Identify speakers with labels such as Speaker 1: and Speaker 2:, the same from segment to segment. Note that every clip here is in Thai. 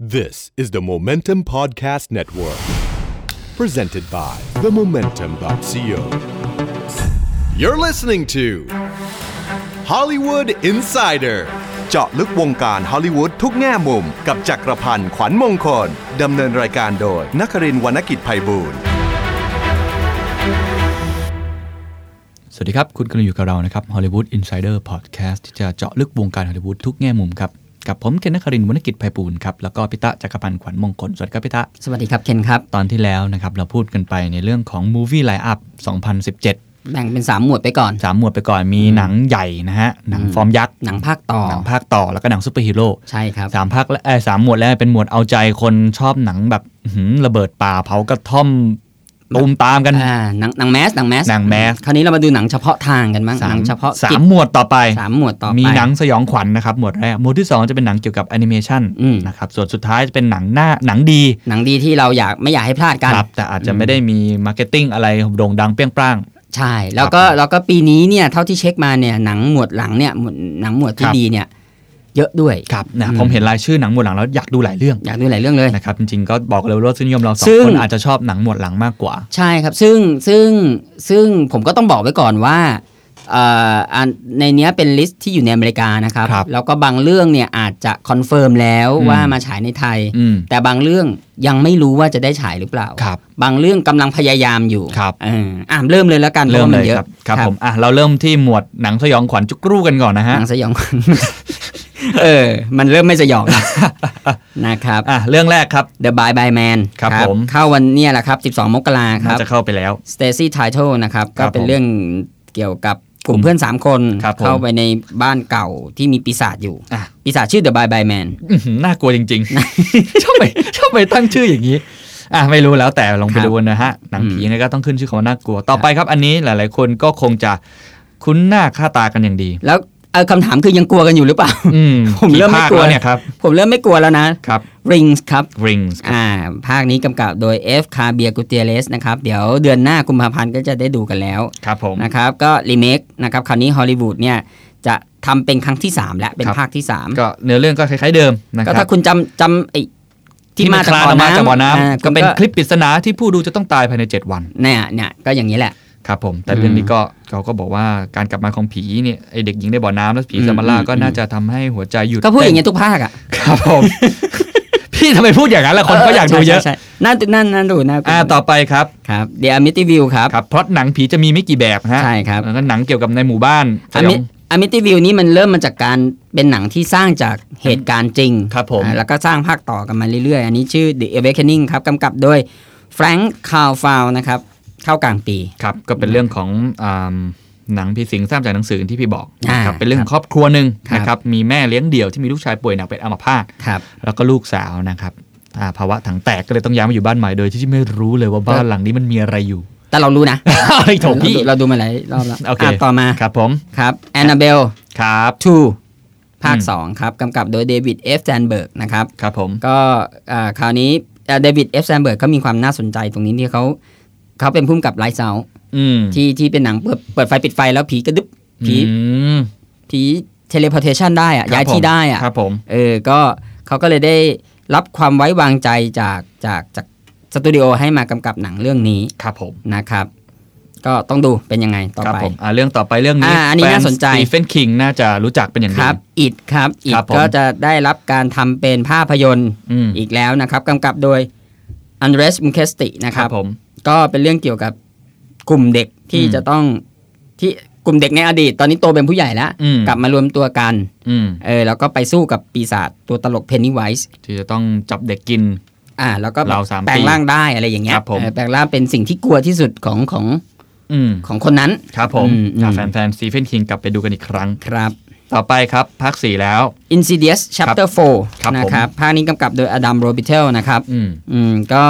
Speaker 1: This is the Momentum Podcast Network, presented by themomentum.co. You're listening to Hollywood Insider เจาะลึกวงการฮอลลีวูดทุกแง่มุม กับจักรพันธ์ขวัญมงคล ดำเนินรายการโดยนักรินทร์วรรณกิจไพบูลย์
Speaker 2: สวัสดีครับ คุณกำลังอยู่กับเรานะครับ Hollywood Insider Podcast ที่จะเจาะลึกวงการฮอลลีวูดทุกแง่มุมครับ กับผมเคนนักครินทร์วรรณกิจไพบูลย์ครับ แล้วก็พิตะจักรพันธ์ขวัญมงคล สวัสดีครับพิตะ
Speaker 3: สวัสดีครับ เคนครับ
Speaker 2: ตอนที่แล้วนะครับ เราพูดกันไปในเรื่องของ Movie Line Up 2017
Speaker 3: แบ่งเป็น 3 หมวดไปก่อน
Speaker 2: 3 หมวดไปก่อนมีหนังใหญ่นะฮะ หนังฟอร์มยักษ์
Speaker 3: หนังภาคต่อ
Speaker 2: หนังภาคต่อแล้วก็หนังซูเปอร์ฮีโร่
Speaker 3: ใช่ครับ
Speaker 2: สามภาคแรกเอ่อสามหมวดแรกเป็นหมวดเอาใจคนชอบหนังแบบอื้อหือระเบิดป่าเผากระท่อมตูมตามกัน
Speaker 3: อ่าหนังหนังแมสหนังแมส
Speaker 2: หนังแมส
Speaker 3: คราวนี้เรามาดูหนังเฉพาะทางกันบ้างหนังเฉพาะ
Speaker 2: สา
Speaker 3: กิจ
Speaker 2: มหมวดต่อไป
Speaker 3: สามหมวดต่อไป
Speaker 2: มีหนังสยองขวัญนะครับ หมวดแรก หมวดที่ 2 จะเป็นหนังเกี่ยวกับแอนิเมชัน
Speaker 3: อืม
Speaker 2: นะครับ ส่วนสุดท้ายจะเป็นหนังหน้าหนังดี
Speaker 3: หนังดีที่เราอยากไม่อยากให้พลาดกัน
Speaker 2: ครับแต่อาจจะไม่ได้มีมาร์เก็ตติ้งอะไรโด่งดังเปรี้ยงปร้าง
Speaker 3: ใช่ แล้วก็แล้วก็ปีนี้เนี่ยเท่าที่เช็คมาเนี่ยหนังหมวดหลังเนี่ยหมวดหนังหมวดที่
Speaker 2: ครับ
Speaker 3: ดีเนี่ยเยอะด้วย
Speaker 2: ครับนะ
Speaker 3: อืม
Speaker 2: ผมเห็นรายชื่อหนังหมวดหลังแล้วอยากดูหลายเรื่อง
Speaker 3: อยากดูหลายเรื่องเลย
Speaker 2: นะครับจริงๆก็บอกเลยว่ารสนิยมเราสอ
Speaker 3: ซึ่
Speaker 2: ง
Speaker 3: ง
Speaker 2: คนอาจจะชอบหนังหมวดหลังมากกว่า
Speaker 3: ใช่ครับ ซึ่งซึ่งซึ่งผมก็ต้องบอกไว้ก่อนว่าเอ่ออันในเนี้ยเป็นลิสต์ที่อยู่ในอเมริกานะครับ
Speaker 2: ครับ
Speaker 3: แล้วก็บางเรื่องเนี่ยอาจจะคอนเฟิร์มแล้ว
Speaker 2: อืม
Speaker 3: ว่ามาฉายในไทย
Speaker 2: อืม
Speaker 3: แต่บางเรื่องยังไม่รู้ว่าจะได้ฉายหรือเปล่า
Speaker 2: ครับ
Speaker 3: งเรื่องกำลังพยายามอยู่
Speaker 2: ครับ
Speaker 3: เอออ่าเริ่มเลยแล้วกัน
Speaker 2: เริ่ม
Speaker 3: พาะว่า
Speaker 2: เล
Speaker 3: น
Speaker 2: ย
Speaker 3: ยอะ
Speaker 2: ครับครับผมอ่ะเราเริ่มที่หมวดหนังสยองขวัญจุกรูกันก่อนนะ
Speaker 3: ห
Speaker 2: ฮะ
Speaker 3: นังสยอง เออ มันเริ่มไม่ส ยองนะ นะครับ
Speaker 2: อ่ะเรื่องแรกครับ
Speaker 3: The Bye Bye Man
Speaker 2: ครับผม
Speaker 3: เข้าวันเนี้ยแหละครับ 12 มกราค
Speaker 2: น่า
Speaker 3: รับ
Speaker 2: จะเข้าไปแล้ว
Speaker 3: สเตซี่ไทเทลนะครับ
Speaker 2: ครั
Speaker 3: ก็
Speaker 2: บ
Speaker 3: เป็น
Speaker 2: ผม
Speaker 3: เรื่องเกี่ยวกับกลุ่มเพื่อน 3 คน
Speaker 2: ครับผม
Speaker 3: เข้าไปในบ้านเก่าที่มีปีศาจอยู่
Speaker 2: อ่ะ
Speaker 3: ปีศาจชื่อ The Bye Bye Man
Speaker 2: อื้อหือน่ากลัวจริงๆ ชอบไปชอบไปตั้งชื่ออย่างนี้ อ่ะไม่รู้แล้วแต่ลองไป
Speaker 3: ครับ
Speaker 2: ดูนะฮะ หนังผี
Speaker 3: อืม
Speaker 2: ยังไงก็ต้องขึ้นชื่อคำว่าน่ากลัว ต่อไปครับอันนี้หลายๆ คนก็คงจะคุ้นหน้าค่าตากันอย่างดี
Speaker 3: แล้วเอ่อคำถามคือยังกลัวกันอยู่หรือเปล่า
Speaker 2: อืม
Speaker 3: ผมเริ่มไม่กลัว
Speaker 2: ภาคแเนี่ยครับ
Speaker 3: ผมเริ่มไม่กลัวแล้วนะ
Speaker 2: ครับ
Speaker 3: Rings ครับ
Speaker 2: rings
Speaker 3: อ่า ภาคนี้กำกับโดย F คาเบียกูเตเลสนะครับ เดี๋ยวเดือนหน้ากุมภาพันธ์ก็จะได้ดูกันแล้ว
Speaker 2: ครับผม
Speaker 3: นะครับ ก็รีเมคนะครับ คราวนี้ฮอลลีวูดเนี่ย จะทำเป็นครั้งที่ 3 แล้ว เป็น
Speaker 2: ครับ
Speaker 3: ภาคที่ 3
Speaker 2: ก็เนื้อเรื่องก็คล้ายๆเดิมนะค
Speaker 3: ก็
Speaker 2: รับ
Speaker 3: ถ้าคุณจำจำไอ้ที่มา
Speaker 2: ค
Speaker 3: จาก
Speaker 2: ลานอ
Speaker 3: บ่อ
Speaker 2: อกมา
Speaker 3: น้ำ
Speaker 2: จากบ่อน้
Speaker 3: อ่า
Speaker 2: ำก็เป็นคลิปปริศนาที่ผู้ดูจะต้องตายภายใน 7 วัน
Speaker 3: เนี่ยเนี่ยก็อย่างนี้แหละ
Speaker 2: ครับผม แต่
Speaker 3: อืม
Speaker 2: เรื่องนี้ก็เขาก็บอกว่าการกลับมาของผีเนี่ยไอเด็กหญิงในบ่อน้ำแล้วผีซามาล่า
Speaker 3: อืม
Speaker 2: ก็น่าจะทำให้หัวใจหยุด
Speaker 3: ก็พูดอย่าง
Speaker 2: เต้น
Speaker 3: เงี้ยทุกภาคอ่ะ
Speaker 2: ครับผม พี่ทำไมพูดอย่างนั้นล่ะคนก็อยากดูเยอะ
Speaker 3: ใช่ใช่ใช่น่าน่าน่าดูน่าดู
Speaker 2: อ่าต่อไปครับ
Speaker 3: ครับเดียมิติวิวครับ
Speaker 2: ครับเพราะหนังผีจะมีไม่กี่แบบฮะ
Speaker 3: ใช่ครับ
Speaker 2: แล้วก็หนังเกี่ยวกับในหมู่บ้านส
Speaker 3: อาย
Speaker 2: อ
Speaker 3: มิ
Speaker 2: ง
Speaker 3: อามิติวิวนี่มันเริ่มมาจากการเป็นหนังที่สร้างจากเหตุการณ์จริง
Speaker 2: ครับผม
Speaker 3: อ่าแล้วก็สร้างภาคต่อกันมาเรื่อยๆ อันนี้ชื่อ The Awakening ครับกำกับโดยแฟรงค์คาวฟาวนะครับ เข้ากลางปี
Speaker 2: ครับก็เป็นเรื่องของอ่าหนังผีสิงสร้างจากหนังสือที่พี่บอก
Speaker 3: อ่า
Speaker 2: นะครับเป็นเรื่องของครอบครัวหนึ่ง
Speaker 3: ครับ
Speaker 2: นะครับมีแม่เลี้ยงเดี่ยวที่มีลูกชายป่วยหนักเป็นอัมพาต
Speaker 3: ครับ
Speaker 2: แล้วก็ลูกสาวนะครับอ่าภาวะถังแตกก็เลยต้องย้ายมาอยู่บ้านใหม่โดยที่ไม่รู้เลยว่าบ้านหลังนี้มันมีอะไรอยู่
Speaker 3: แต่เรารู้นะ
Speaker 2: อะไรโถพี่
Speaker 3: เราดูเราดูมาหลายรอบแล้ว
Speaker 2: โอเค
Speaker 3: ะต่อมา
Speaker 2: ครับผม
Speaker 3: ครับ Annabelle
Speaker 2: ครับ
Speaker 3: 2 ภาค
Speaker 2: อืม
Speaker 3: 2 ครับกำกับโดยเดวิดเอฟแซนเบิร์กนะครับ
Speaker 2: ครับผม
Speaker 3: ก็อ่าคราวนี้เดวิดเอฟแซนเบิร์กเขามีความน่าสนใจตรงนี้ที่เขาเขาเป็นผู้กำกับไลท์เซา
Speaker 2: อืม
Speaker 3: ที่ที่เป็นหนังเปิดเปิดไฟปิดไฟแล้วผีกระดึบผี
Speaker 2: อืม
Speaker 3: ผีเทเลพอร์เทชันได้อะย้ายที่ได้อะ
Speaker 2: ครับผม
Speaker 3: เออก็เขาก็เลยได้รับความไว้วางใจจากจากจากสตูดิโอให้มากำกับหนังเรื่องนี้
Speaker 2: ครับผม
Speaker 3: นะครับ ก็ต้องดูเป็นยังไงต่อ
Speaker 2: ครับ
Speaker 3: ไป
Speaker 2: ผมอ่าเรื่องต่อไปเรื่องนี้
Speaker 3: อ่าอันนี้น่าสนใจ
Speaker 2: สตีเฟนคิงน่าจะรู้จักเป็นอย่าง
Speaker 3: ค
Speaker 2: ดี
Speaker 3: รับอิดครับอิ
Speaker 2: ครั
Speaker 3: ด
Speaker 2: บผม
Speaker 3: ก็จะได้รับการทำเป็นภาพยนตร์
Speaker 2: อืม
Speaker 3: อีกแล้วนะครับกำกับโดยอันเดรสมุเคสตินะค
Speaker 2: ค
Speaker 3: รั
Speaker 2: รับ บผม
Speaker 3: ก็เป็นเรื่องเกี่ยวกับกลุ่มเด็กที่
Speaker 2: อืม
Speaker 3: จะต้องที่กลุ่มเด็กในอดีต ตอนนี้โตเป็นผู้ใหญ่แล้ว
Speaker 2: อืม
Speaker 3: กลับมารวมตัวกัน
Speaker 2: อืม
Speaker 3: เออแล้วก็ไปสู้กับปีศาจตัวตลกเพนนีไวส์
Speaker 2: ที่จะต้องจับเด็กกิน
Speaker 3: อ่าแล้วก็
Speaker 2: ราวสามปี
Speaker 3: แปลงร่างได้อะไรอย่างเงี้ย
Speaker 2: ครับผม
Speaker 3: เออแปลงร่างเป็นสิ่งที่กลัวที่สุดของของ
Speaker 2: อืม
Speaker 3: ของคนนั้น
Speaker 2: ครับผม
Speaker 3: อืมอืม
Speaker 2: อ่าแฟนแฟนสตีเฟนคิงกลับไปดูกันอีกครั้ง
Speaker 3: ครับ
Speaker 2: ต่อไปครับภาคสี่แล้ว
Speaker 3: Insidious
Speaker 2: ครั
Speaker 3: Chapter
Speaker 2: บ
Speaker 3: 4
Speaker 2: ผม
Speaker 3: นะครับภาคนี้กำกับโดยอดัมโรบิเทลนะครับ
Speaker 2: อืม
Speaker 3: อืมก็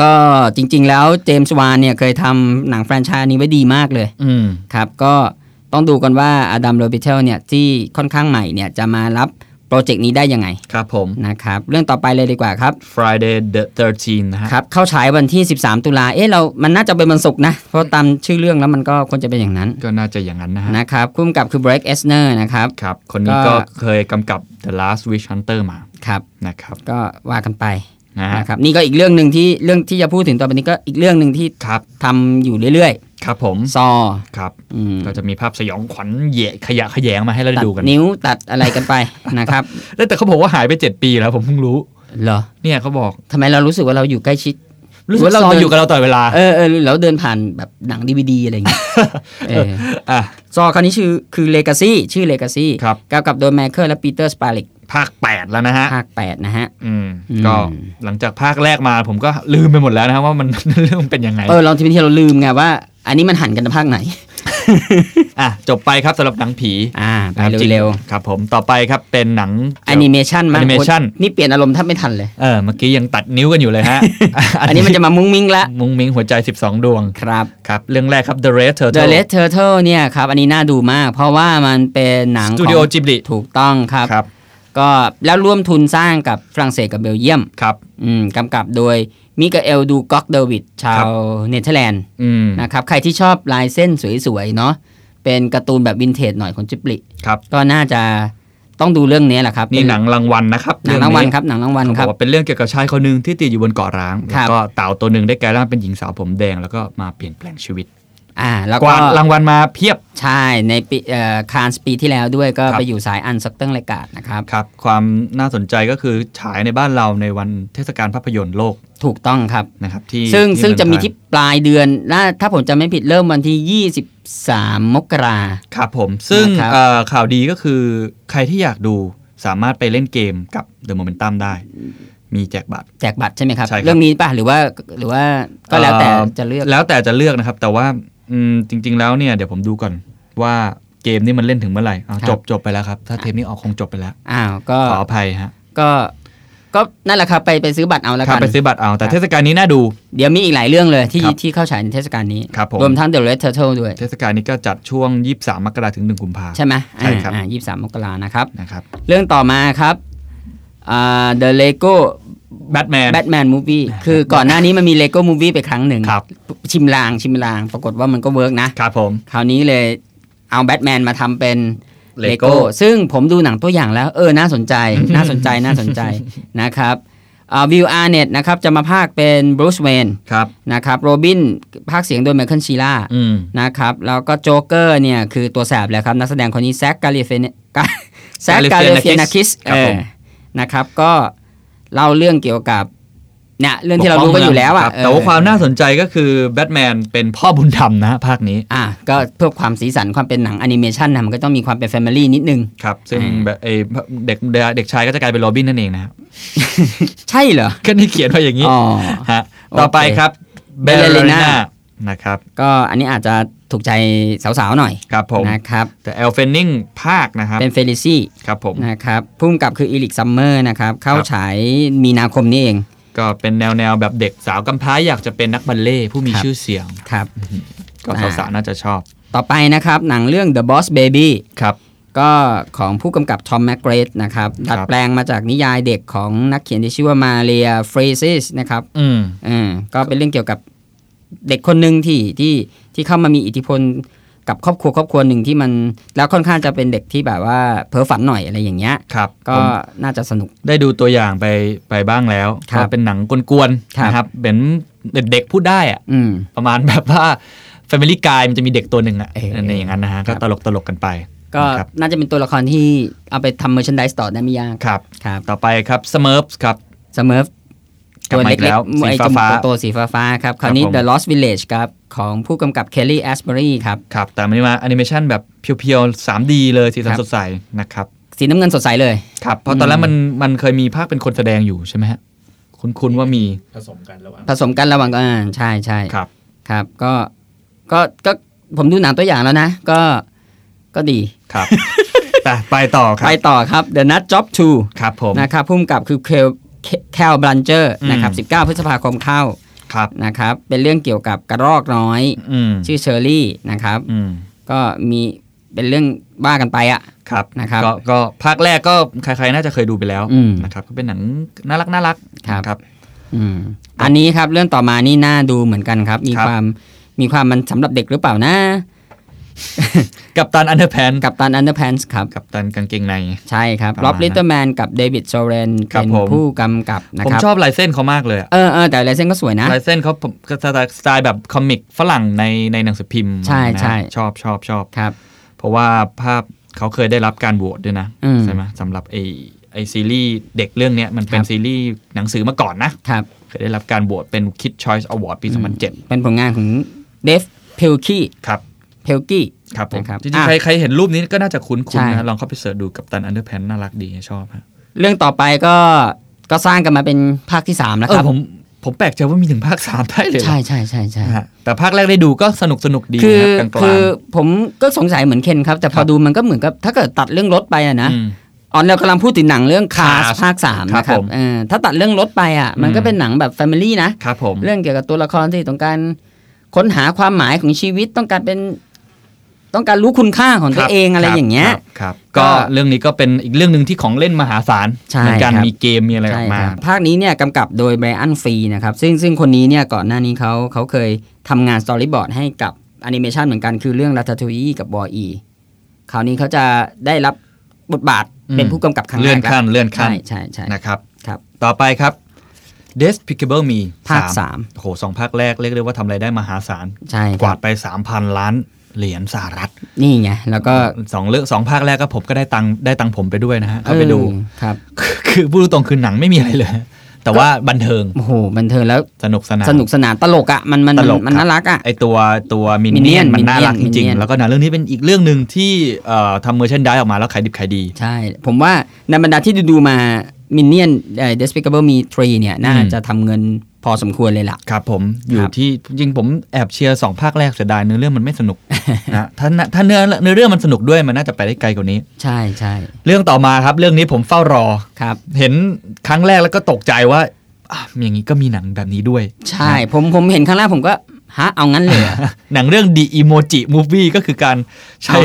Speaker 3: ก็จริง ๆ แล้วเจมส์วานเนี่ยเคยทำหนังแฟรนไชส์นี้ไว้ดีมากเลย
Speaker 2: อืม
Speaker 3: ครับก็ต้องดูกันว่าอดัมโรบิเทลเนี่ยที่ค่อนข้างใหม่เนี่ยจะมารับโปรเจกต์นี้ได้ยังไง
Speaker 2: ครับผม
Speaker 3: นะครับเรื่องต่อไปเลยดีกว่าครับ
Speaker 2: Friday the 13นะฮะ
Speaker 3: ครับ เข้าฉายวันที่ 13 ตุลาเอ๊ะเรามันน่าจะเป็นวันศุกร์นะ เพราะตามชื่อเรื่องแล้วมันก็ควรจะเป็นอย่างนั้น
Speaker 2: ก็น่าจะอย่างนั้นนะฮะ
Speaker 3: นะครับคุ้มกับคือ Blake Esner นะครับ
Speaker 2: ครับ คนนี้
Speaker 3: ก็
Speaker 2: ก็เคยกำกับ The Last Witch Hunter มา
Speaker 3: ครับ
Speaker 2: นะครับ
Speaker 3: ก็ว่ากันไป
Speaker 2: นะฮะ
Speaker 3: นะครับนี่ก็อีกเรื่องหนึ่งที่เรื่องที่จะพูดถึงต่อไปนี้ก็อีกเรื่องหนึ่งที่
Speaker 2: ครับ
Speaker 3: ทำอยู่เรื่อย
Speaker 2: ครับผม
Speaker 3: ๆ ซอ
Speaker 2: ครับ
Speaker 3: อืม
Speaker 2: ก็จะมีภาพสยองขวัญเหยะขยะแขยงมาให้เรา
Speaker 3: ตั
Speaker 2: ได้
Speaker 3: ด
Speaker 2: ดูกัน
Speaker 3: นิ้วตัดอะไรกันไป นะครับ
Speaker 2: เอ้ยแต่เขาบอกว่าหายไป 7 ปีแล้วผมเพิ่งรู้
Speaker 3: เหรอ
Speaker 2: เนี่ยเขาบอก
Speaker 3: ทำไมเรารู้สึกว่าเราอยู่ใกล้ชิด
Speaker 2: รู้สึ
Speaker 3: ห
Speaker 2: ก
Speaker 3: รือว่าเรา
Speaker 2: ซอ
Speaker 3: เดิน
Speaker 2: อยู่กับเราตลอดเวลา
Speaker 3: เออเออเราเดินผ่านแบบหนังดีวดีอะไรอย่างเงี้ยเออ
Speaker 2: อ่ะ
Speaker 3: ซอคราวนี้ชื่อคือเลกาซี่ชื่อเลกาซี่
Speaker 2: ครับ
Speaker 3: กำกับโดยแมคเคิลและปีเตอร์สปาลิก
Speaker 2: ภาค 8 แล้วนะฮะ
Speaker 3: ภาค 8 นะฮะ
Speaker 2: อืม
Speaker 3: อืม
Speaker 2: ก็หลังจากภาคแรกมาผมก็ลืมไปหมดแล้วนะครับว่ามัน เรื่องมันเป็นยังไง
Speaker 3: เออเราทีนี้เราลืมไงว่า อันนี้มันหันกันภาคไหน
Speaker 2: อ่ะจบไปครับสำหรับหนังผี
Speaker 3: อ่าไป
Speaker 2: นะครับ
Speaker 3: เร็ว
Speaker 2: ครับผมต่อไปครับเป็นหนัง
Speaker 3: ๆแอนิเมชันมั้ง
Speaker 2: Animation
Speaker 3: นี่เปลี่ยนอารมณ์แทบไม่ทันเลย
Speaker 2: เออเมื่อกี้ยังตัดนิ้วกันอยู่เลยฮะ
Speaker 3: อันนี้มันจะมามุ้งมิ้งละ
Speaker 2: มุ้งมิ้งหัวใจ 12 ดวง
Speaker 3: ครับ
Speaker 2: ครับ เรื่องแรกครับ The Red Turtle
Speaker 3: The Red Turtle เนี่ยครับ อันนี้น่าดูมาก เพราะว่ามันเป็นหนังข
Speaker 2: ส
Speaker 3: อง
Speaker 2: ตูดิโอจิบลิ
Speaker 3: ถูกต้องครับ
Speaker 2: ครับ
Speaker 3: ก็แล้วร่วมทุนสร้างกับฝรั่งเศสกับเบลเยียม
Speaker 2: ครับ
Speaker 3: อืมกำกับโดยมิกาเอลดูก็อกเดวิดชา
Speaker 2: ครั
Speaker 3: ว
Speaker 2: บ
Speaker 3: เนเธอร์แลนด์
Speaker 2: อืม
Speaker 3: นะครับ ใครที่ชอบลายเส้นสวยๆ เนาะเป็นการ์ตูนแบบวินเทจหน่อยของจิบลิ
Speaker 2: ครับ
Speaker 3: ก็น่าจะต้องดูเรื่องนี้แหละครับ
Speaker 2: นี่
Speaker 3: เป็
Speaker 2: หนังรางวัลนะครับ
Speaker 3: หนังรางวัล
Speaker 2: เอ
Speaker 3: ครับหนังรางวัล
Speaker 2: เขาบอ
Speaker 3: ครับ
Speaker 2: กว่าเป็นเรื่องเกี่ยวกับชายคนหนึ่งที่ติดอยู่บนเกาะร้าง
Speaker 3: ค
Speaker 2: แล้
Speaker 3: รั
Speaker 2: ว
Speaker 3: บ
Speaker 2: ก็เต่าตัวหนึ่งได้กลายร่างเป็นหญิงสาวผมแดงแล้วก็มาเปลี่ยนแปลงชีวิต
Speaker 3: อ่า แล้ว
Speaker 2: ก
Speaker 3: ก็
Speaker 2: วาดรางวัลมาเพียบ
Speaker 3: ใช่ในปีคานสปีที่แล้วด้วยก็
Speaker 2: ครับ
Speaker 3: ไปอยู่สายอันซักเติ้งรายการนะครับ
Speaker 2: ครับความน่าสนใจก็คือฉายในบ้านเราในวันเทศกาลภาพยนตร์โลก
Speaker 3: ถูกต้องครับ
Speaker 2: นะครับที่
Speaker 3: ซึ่งซึ่งจะมี
Speaker 2: เอง
Speaker 3: ที่
Speaker 2: ไทย
Speaker 3: ปลายเดือนน่าถ้าผมจำไม่ผิดเริ่มวันที่ 23 มกรา
Speaker 2: ครับผม ซึ่ง
Speaker 3: นะครับ
Speaker 2: เอ่อข่าวดีก็คือใครที่อยากดูสามารถไปเล่นเกมกับ The Momentum ได้ มีแจกบัตร
Speaker 3: แจกบัตรใช่ไหมครับ
Speaker 2: ใช่ครับ
Speaker 3: เรื่องนี้ป่ะ หรือว่าหรือว่าก็แล้วแต่จะเลือก
Speaker 2: แล้วแต่จะเลือกนะครับ แต่ว่าอืมจริง ๆ แล้วเนี่ยเดี๋ยวผมดูก่อนว่าเกมนี่มันเล่นถึงเมื่อไหร่อ้าว
Speaker 3: ครับ
Speaker 2: จบจบไปแล้วครับ ถ้าเทปนี้ออกคงจบไปแล้ว
Speaker 3: อ้าวก็
Speaker 2: ขออภัยฮะ
Speaker 3: ก็ก็นั่นแหละครับ ไปไปซื้อบัตรเอาแล้ว
Speaker 2: ครั
Speaker 3: กับ น
Speaker 2: ไปซื้อบัตรเอาแต่
Speaker 3: ครับ
Speaker 2: เทศกาลนี้น่าดู
Speaker 3: เดี๋ยวมีอีกหลายเรื่องเลยที่
Speaker 2: ครับ
Speaker 3: ที่เข้าฉายในเทศกาลนี้
Speaker 2: ครับผม
Speaker 3: รวมทั้ง The Red Turtle ด้วย
Speaker 2: เทศกาลนี้ก็จัดช่วง 23 มกราถึง 1 กุมภา
Speaker 3: ใช่ไหม
Speaker 2: ใช่ครับ
Speaker 3: อ่ายี่สามมกรานะครับ
Speaker 2: นะครับ
Speaker 3: เรื่องต่อมาครับอ่า The Lego
Speaker 2: แบทแมน
Speaker 3: Batman Movie คือก่อนหน้านี้มันมี Lego Movie ไปครั้งหนึ่ง
Speaker 2: ครับ
Speaker 3: ชิมลางชิมลาง ปรากฏว่ามันก็เวิร์กนะ
Speaker 2: ครับผม
Speaker 3: คราวนี้เลยเอาแบทแมนมาทำเป็น
Speaker 2: Lego
Speaker 3: เลโก้ซึ่งผมดูหนังตัวอย่างแล้ว เออ น่าสนใจ น่าสนใจน่าสนใจ นะครับวิวอาร์เน็ตนะครับ จะมาภาคเป็นบรูซเวน
Speaker 2: ครับ
Speaker 3: นะครับโรบินภาคเสียงโดยไมเคิลชีล่า
Speaker 2: อืม
Speaker 3: นะครับ แล้วก็โจ๊กเกอร์เนี่ย คือตัวแสบแหละครับ นักแสดงคนนี้แซกกาเลียเฟ นแซกกาเลียเฟนาคิ
Speaker 2: Galifianakis
Speaker 3: สเอ
Speaker 2: ครับผ
Speaker 3: อ
Speaker 2: ม
Speaker 3: นะครับ ก็เล่าเรื่องเกี่ยวกับเนี่ยเรื่องที่เรารู้กันอยู่แล้ว
Speaker 2: ค
Speaker 3: อ่ะ
Speaker 2: บแต่ว่าความน่าสนใจก็คือแบทแมนเป็นพ่อบุญธรรมนะฮะภาคนี้
Speaker 3: อ่ะก็เพื่อความสีสันความเป็นหนังแอนิเมชันนะมันก็ต้องมีความเป็นแฟมิลี่นิดนึง
Speaker 2: ครับ ซึ่ง
Speaker 3: อืม
Speaker 2: แบบไอ้เด็กเด็กชายก็จะกลายเป็นโรบินนั่นเองนะครับ
Speaker 3: ใช่เหรอ
Speaker 2: ก็นี่เขียนไว้อย่างนี้
Speaker 3: อ๋อ
Speaker 2: ฮะ
Speaker 3: โอเค
Speaker 2: ต่อไปครับเบล
Speaker 3: Ballerina
Speaker 2: ลิน่านะครับ
Speaker 3: ก็อันนี้อาจจะถูกใจสาวๆหน่อย
Speaker 2: ครับผม
Speaker 3: นะครับ
Speaker 2: แต่เอลเฟนนิงภาคนะครับ
Speaker 3: เป็นเฟลิซี่
Speaker 2: ครับผม
Speaker 3: นะครับพุ่มกับคืออีลิกซัมเมอร์นะครับ เข้า
Speaker 2: ครับ
Speaker 3: ฉายมีนาคมนี้เอง
Speaker 2: ก็เป็นแนวแนวแบบเด็กสาวกำพร้าอยากจะเป็นนักบัลเล่ต์ผู้มี
Speaker 3: ครับ
Speaker 2: ชื่อเสียง
Speaker 3: ครับ
Speaker 2: ก็
Speaker 3: อ่า
Speaker 2: สาวๆน่าจะชอบ
Speaker 3: ต่อไปนะครับ หนังเรื่อง The Boss Baby
Speaker 2: ครับ
Speaker 3: ก็ของผู้กำกับทอมแมกเกรดนะครับ
Speaker 2: ครั
Speaker 3: ดั
Speaker 2: บ
Speaker 3: ดแปลงมาจากนิยายเด็กของนักเขียนที่ชื่อว่ามาเรียเฟรซิสนะครับ
Speaker 2: อืม
Speaker 3: อืมก็เป็นเรื่องเกี่ยวกับเด็กคนหนึ่งที่ที่ที่เข้ามามีอิทธิพลกับครอบครัวครอบครัวหนึ่งที่มันแล้วค่อนข้างจะเป็นเด็กที่แบบว่าเพ้อฝันหน่อยอะไรอย่างเงี้ย
Speaker 2: ครับ
Speaker 3: ก็
Speaker 2: ผม
Speaker 3: น่าจะสนุก
Speaker 2: ได้ดูตัวอย่างไปไปบ้างแล้ว
Speaker 3: ครับ
Speaker 2: ก็เป็นหนังกวน
Speaker 3: ค
Speaker 2: ๆ
Speaker 3: รับ
Speaker 2: นะครับเป็นเด็กๆพูดได้อะ
Speaker 3: อืม
Speaker 2: ประมาณแบบว่า Family Guy มันจะมีเด็กตัวหนึ่งอะ
Speaker 3: เออ
Speaker 2: ในอย่างนั้นนะฮะ
Speaker 3: ครั
Speaker 2: ก็
Speaker 3: บ
Speaker 2: ตลกตลกๆกันไป
Speaker 3: ก็
Speaker 2: นะครับ
Speaker 3: น่าจะเป็นตัวละครที่เอาไปทำเมอร์ชันดิสต่อได้ไม่ยาก
Speaker 2: ครับ
Speaker 3: ครับ
Speaker 2: ต่อไปครับ Smurfs ครับ
Speaker 3: สมอฟ
Speaker 2: กลับมาอีกแล้ว
Speaker 3: ไอ้
Speaker 2: สี
Speaker 3: จมูก
Speaker 2: ฟ้าๆ
Speaker 3: โตๆสีฟ้าๆครับ คราวนี้
Speaker 2: ครับผม
Speaker 3: The Lost Village ครับ ของผู้กำกับเคลลี่แอสเบอรี่ครับ
Speaker 2: ครับแต่มันนี้มาแอนิเมชันแบบเพียวๆ 3D เลยสีสัน
Speaker 3: ครับ
Speaker 2: สดใสนะครับ
Speaker 3: สีน้ำเงินสดใสเลย
Speaker 2: ครับเพราะตอนแรกมันมันเคยมีภาคเป็นคนแสดงอยู่ใช่ไหมฮะคุ้นๆว่ามี
Speaker 4: ผสมกันระหว่าง
Speaker 3: ผสมกันระหว่างอ่าใช่ใช่
Speaker 2: ครับ
Speaker 3: ครับ ก็ก็ก็ผมดูหนังตัวอย่างแล้วนะ ก็ก็ดี
Speaker 2: ครับ แต่ไปต่อครั
Speaker 3: ไป
Speaker 2: บ
Speaker 3: ต่อครับ The Nut Job
Speaker 2: ครับผม
Speaker 3: 2นะครับผู้กำกับคือเคลแคลบลันเจอร์นะครับ
Speaker 2: อืม
Speaker 3: 19 พฤษภาคมเข้า
Speaker 2: ครับ
Speaker 3: นะครับ เป็นเรื่องเกี่ยวกับกระรอกน้อย
Speaker 2: อืม
Speaker 3: ชื่อเชอร์รี่นะครับ
Speaker 2: อืม
Speaker 3: ก็มีเป็นเรื่องบ้ากันไปอะ
Speaker 2: ครับ
Speaker 3: นะครับ
Speaker 2: ก็ก็ภาคแรกก็ใครๆน่าจะเคยดูไปแล้ว
Speaker 3: อืม
Speaker 2: นะครับก็เป็นหนังน่ารักน่ารักๆ
Speaker 3: ครับ
Speaker 2: ครับ
Speaker 3: อมอันนี้ครับเรื่องต่อมานี่น่าดูเหมือนกันครับ มี
Speaker 2: ครับ
Speaker 3: ความมีความมันสำหรับเด็กหรือเปล่านะ
Speaker 2: กับตันอันเดอร์แพน
Speaker 3: กัปตันอันเดอร์แพนส์ครับ
Speaker 2: กับตันกางเกงใน
Speaker 3: ใช่ครับ
Speaker 2: ประมาณ
Speaker 3: ล็อบ
Speaker 2: นั้น
Speaker 3: ลิตเติ้ลแมนกับเดวิดโซเรน
Speaker 2: ครับ
Speaker 3: เป็น
Speaker 2: ผม
Speaker 3: ผู้กำกับนะ
Speaker 2: ผม
Speaker 3: ครับ
Speaker 2: ชอบลายเส้นเขามากเลยอะ
Speaker 3: เออเออแต่ลายเส้นก็สวยนะ
Speaker 2: ลายเส้นเขาผมก็สไตล์สไตล์แบบคอมิกฝรั่งในในหนังสือพิมพ์
Speaker 3: ใช่
Speaker 2: นะ
Speaker 3: ใช่
Speaker 2: ชอบชอบชอบ
Speaker 3: ครับ
Speaker 2: เพราะว่าภาพเขาเคยได้รับการโหวตด้วยนะ
Speaker 3: อืม
Speaker 2: ใช่ไหมสำหรับไอไอซีรีส์เด็กเรื่องเนี้ยมันเป็น
Speaker 3: ครับ
Speaker 2: ซีรีส์หนังสือมาก่อนนะ
Speaker 3: ครับ
Speaker 2: เคยได้รับการโหวตเป็น Kid Choice Award ปี
Speaker 3: เป็นผลงานของเดฟเพลคี้
Speaker 2: 2007 ครับ
Speaker 3: เพลกี้
Speaker 2: ครับผม
Speaker 3: นะครับ
Speaker 2: จริงๆ
Speaker 3: อ่ะ
Speaker 2: ใครใครเห็นรูปนี้ก็น่าจะคุ้น
Speaker 3: ใช่
Speaker 2: ๆนะลองเข้าไปเสิร์ชดูกับตันอันเดอร์แพนน่ารักดีชอบฮะ
Speaker 3: เรื่องต่อไปก็ก็สร้างกันมาเป็นภาคที่ 3 แล้ว
Speaker 2: เอ
Speaker 3: ค
Speaker 2: อ
Speaker 3: รับ
Speaker 2: ผมผมแปลกใจว่ามีถึงภาค 3 ได้เลยเหรอ
Speaker 3: ใช่ใช่ใช่ใช่
Speaker 2: ฮะแต่ภาคแรกได้ดูก็สนุกสนุกดี
Speaker 3: คือ
Speaker 2: นะครับกลางๆ
Speaker 3: คือผมก็สงสัยเหมือนเคนครับ แต่พ
Speaker 2: ครั
Speaker 3: อบ ดูมันก็เหมือนกับถ้าเกิดตัดเรื่องรถไปอะนะ
Speaker 2: อืม
Speaker 3: อ๋อเรากำลังพูดถึงหนังเรื่องคา
Speaker 2: Cars
Speaker 3: สภาคสาม
Speaker 2: ครับ
Speaker 3: นะครับ
Speaker 2: ผม
Speaker 3: เออถ้าตัดเรื่องรถไปอ่ะมันก็
Speaker 2: อืม
Speaker 3: เป็นหนังแบบแฟมิลี่นะ
Speaker 2: ครับผม
Speaker 3: เรื่องเกี่ยวกับตัวละครที่ต้องการค้นหาความหมายของชีวิตต้องการเป็น ต้องการรู้คุณค่าของตัวเองอะไรอย่างเงี้ย
Speaker 2: ครับครับ
Speaker 3: ก็
Speaker 2: ก็เรื่องนี้ก็เป็นอีกเรื่องหนึ่งที่ของเล่นมหาศาล
Speaker 3: ใช่
Speaker 2: เหมือนกัน
Speaker 3: ครับ
Speaker 2: มีเกมมีอะไรอ
Speaker 3: ใช่
Speaker 2: อกมา
Speaker 3: ครับภาคนี้เนี่ยกำกับโดยไบรอันฟรีนะครับ ซึ่งซึ่งคนนี้เนี่ยก่อนหน้านี้เขาเขาเคยทำงานสตอรี่บอร์ดให้กับแอนิเมชันเหมือนกันคือเรื่องรัตทูยกับ w อ r ีคราวนี้เขาจะได้รับบทบาท
Speaker 2: อืม
Speaker 3: เป็นผู้กำกับครั้งแร
Speaker 2: เลื่อน
Speaker 3: กแล้ว
Speaker 2: ขั้นเลื่อนขั้
Speaker 3: ใช่
Speaker 2: น
Speaker 3: ใช่ใช่
Speaker 2: นะครับ
Speaker 3: ครับ
Speaker 2: ต่อไปครับ Despicable Me
Speaker 3: ภาค
Speaker 2: ส
Speaker 3: สาม
Speaker 2: โอ้โหสองภาคแรกเรียกได้ว่าทำอะไรได้มหาศาล
Speaker 3: ใช่ครับ
Speaker 2: กวาดไป 3,000 ล้านเหรียญสหรัฐ
Speaker 3: นี่ไงแล้วก็
Speaker 2: สองเลือกสองภาคแรกก็ผมก็ได้ตังค์ได้ตังค์ผมไปด้วยนะฮะเข้าไปดู
Speaker 3: ออครับ
Speaker 2: คือพูดตรงๆคือหนังไม่มีอะไรเลย แต่ว่าบันเทิง
Speaker 3: โอ้โหบันเทิงแล้ว
Speaker 2: สนุกสนาน
Speaker 3: สนุกสนานตลกอ่ะมันมัน
Speaker 2: ตลก
Speaker 3: มั
Speaker 2: ค
Speaker 3: น
Speaker 2: รับ
Speaker 3: น่ารักอ่ะ
Speaker 2: ไอตัวตัวมิน
Speaker 3: Minion
Speaker 2: เนียนมัน
Speaker 3: Minion
Speaker 2: น่ารักจริง
Speaker 3: Minion
Speaker 2: ๆ แล้วก็หนังเรื่องนี้เป็นอีกเรื่องหนึ่งที่เอ่อทำเมอร์เชนดายออกมาแล้วขายดิบขายดี
Speaker 3: ใช่ ผมว่าในบรรดาที่ดูๆมามินเนี่ยนเดสปิเกเบิลมีทรีเนี่ย น่า
Speaker 2: อืม
Speaker 3: จะทำเงินพอสมควรเลยล่ะ
Speaker 2: ครับผมอยู่
Speaker 3: ครับ
Speaker 2: ที่จริงผมแอบเชียร์สองภาคแรกเสียดายเนื้อเรื่องมันไม่ส นุก นะถ้าถ้าเนื้อเนื้อเรื่องมันสนุกด้วยมันน่าจะไปได้ไกลกว่านี้
Speaker 3: ใช่ใช่
Speaker 2: เรื่องต่อมาครับเรื่องนี้ผมเฝ้ารอ
Speaker 3: ครับ
Speaker 2: เห็นครั้งแรกแล้วก็ตกใจว่าอ่ะอย่างนี้ก็มีหนังแบบนี้ด้วย
Speaker 3: ใช่ ผมผมเห็นครั้งแรกผมก็ ฮะ เอางั้นเลยเหรอ
Speaker 2: หนังเรื่อง The Emoji Movie ก็คือการใช้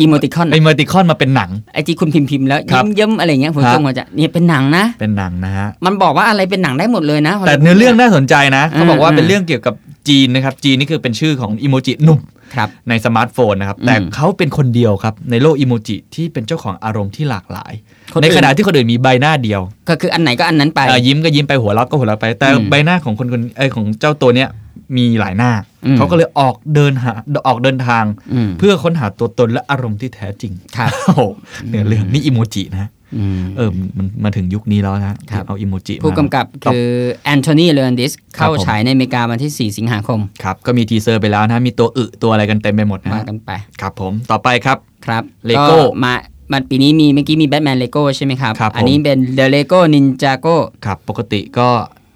Speaker 3: อีโมติคอน
Speaker 2: ไอ m มติคอนมาเป็นหนัง
Speaker 3: ไอที่คุณพิมพ์พิมพ์แล้ว
Speaker 2: ครั
Speaker 3: ยิ้
Speaker 2: บ
Speaker 3: มเยิ้มๆอะไรเงี้ยผม
Speaker 2: ฮะ
Speaker 3: จงว่าจะเนี่ยเป็นหนังนะ
Speaker 2: เป็นหนังนะฮะ
Speaker 3: มันบอกว่าอะไรเป็นหนังได้หมดเลยนะ
Speaker 2: แต่เนื้อเรื่องน่าสนใจนะเขาบอกว่า
Speaker 3: อืม
Speaker 2: เป็นเรื่องเกี่ยวกับจีนนะครับ จีนนี่คือเป็นชื่อของอีโมจิหนุ่ม
Speaker 3: ครับ
Speaker 2: ในสมาร์ทโฟนนะครับ
Speaker 3: อืม
Speaker 2: แต่เขาเป็นคนเดียวครับ ในโลกอีโมจิที่เป็นเจ้าของอารมณ์ที่หลากหลาย
Speaker 3: คนอื่น
Speaker 2: ในขณะที่คนอื่นมีใบหน้าเดียว
Speaker 3: ก็คืออันไหนก็อันนั้นไป
Speaker 2: เอ่อยิ้มก็ยิ้มไปหัวเราะก็หัวเราะไป แต่
Speaker 3: อืม
Speaker 2: ใบหน้าของคนคนไอยของเจ้าตัวเนี้ยมีหลายหน้า
Speaker 3: อืม
Speaker 2: เขาก็เลยออกเดินหาออกเดินทาง
Speaker 3: อืม
Speaker 2: เพื่อค้นหาตัวตนและอารมณ์ที่แท้จริง
Speaker 3: ครับ
Speaker 2: โอ้โหเนื้อเรื่องนี่อิโมจินะ
Speaker 3: อืม
Speaker 2: เออ มันมาถึงยุคนี้แล้วนะครับ เอาอิโมจิมา
Speaker 3: ผู้กำกับ
Speaker 2: ต่อ
Speaker 3: คือแอนโทนีเลนดิส
Speaker 2: ค
Speaker 3: เข้า
Speaker 2: รับผม
Speaker 3: ฉายในอเมริกาวันที่ 4 สิงหาคม
Speaker 2: ครับ ก็มีทีเซอร์ไปแล้วนะ มีตัวอึตัวอะไรกันเต็มไปหมดนะ
Speaker 3: มากันไป
Speaker 2: ครับผม ต่อไปครับ
Speaker 3: ครับ
Speaker 2: Lego
Speaker 3: มามันปีนี้มีเมื่อกี้มีแบทแมนเลโก้ใช่ไหมครับ
Speaker 2: ครับผม
Speaker 3: อันี้เป็น The Lego Ninjago
Speaker 2: ครับ ปกติก็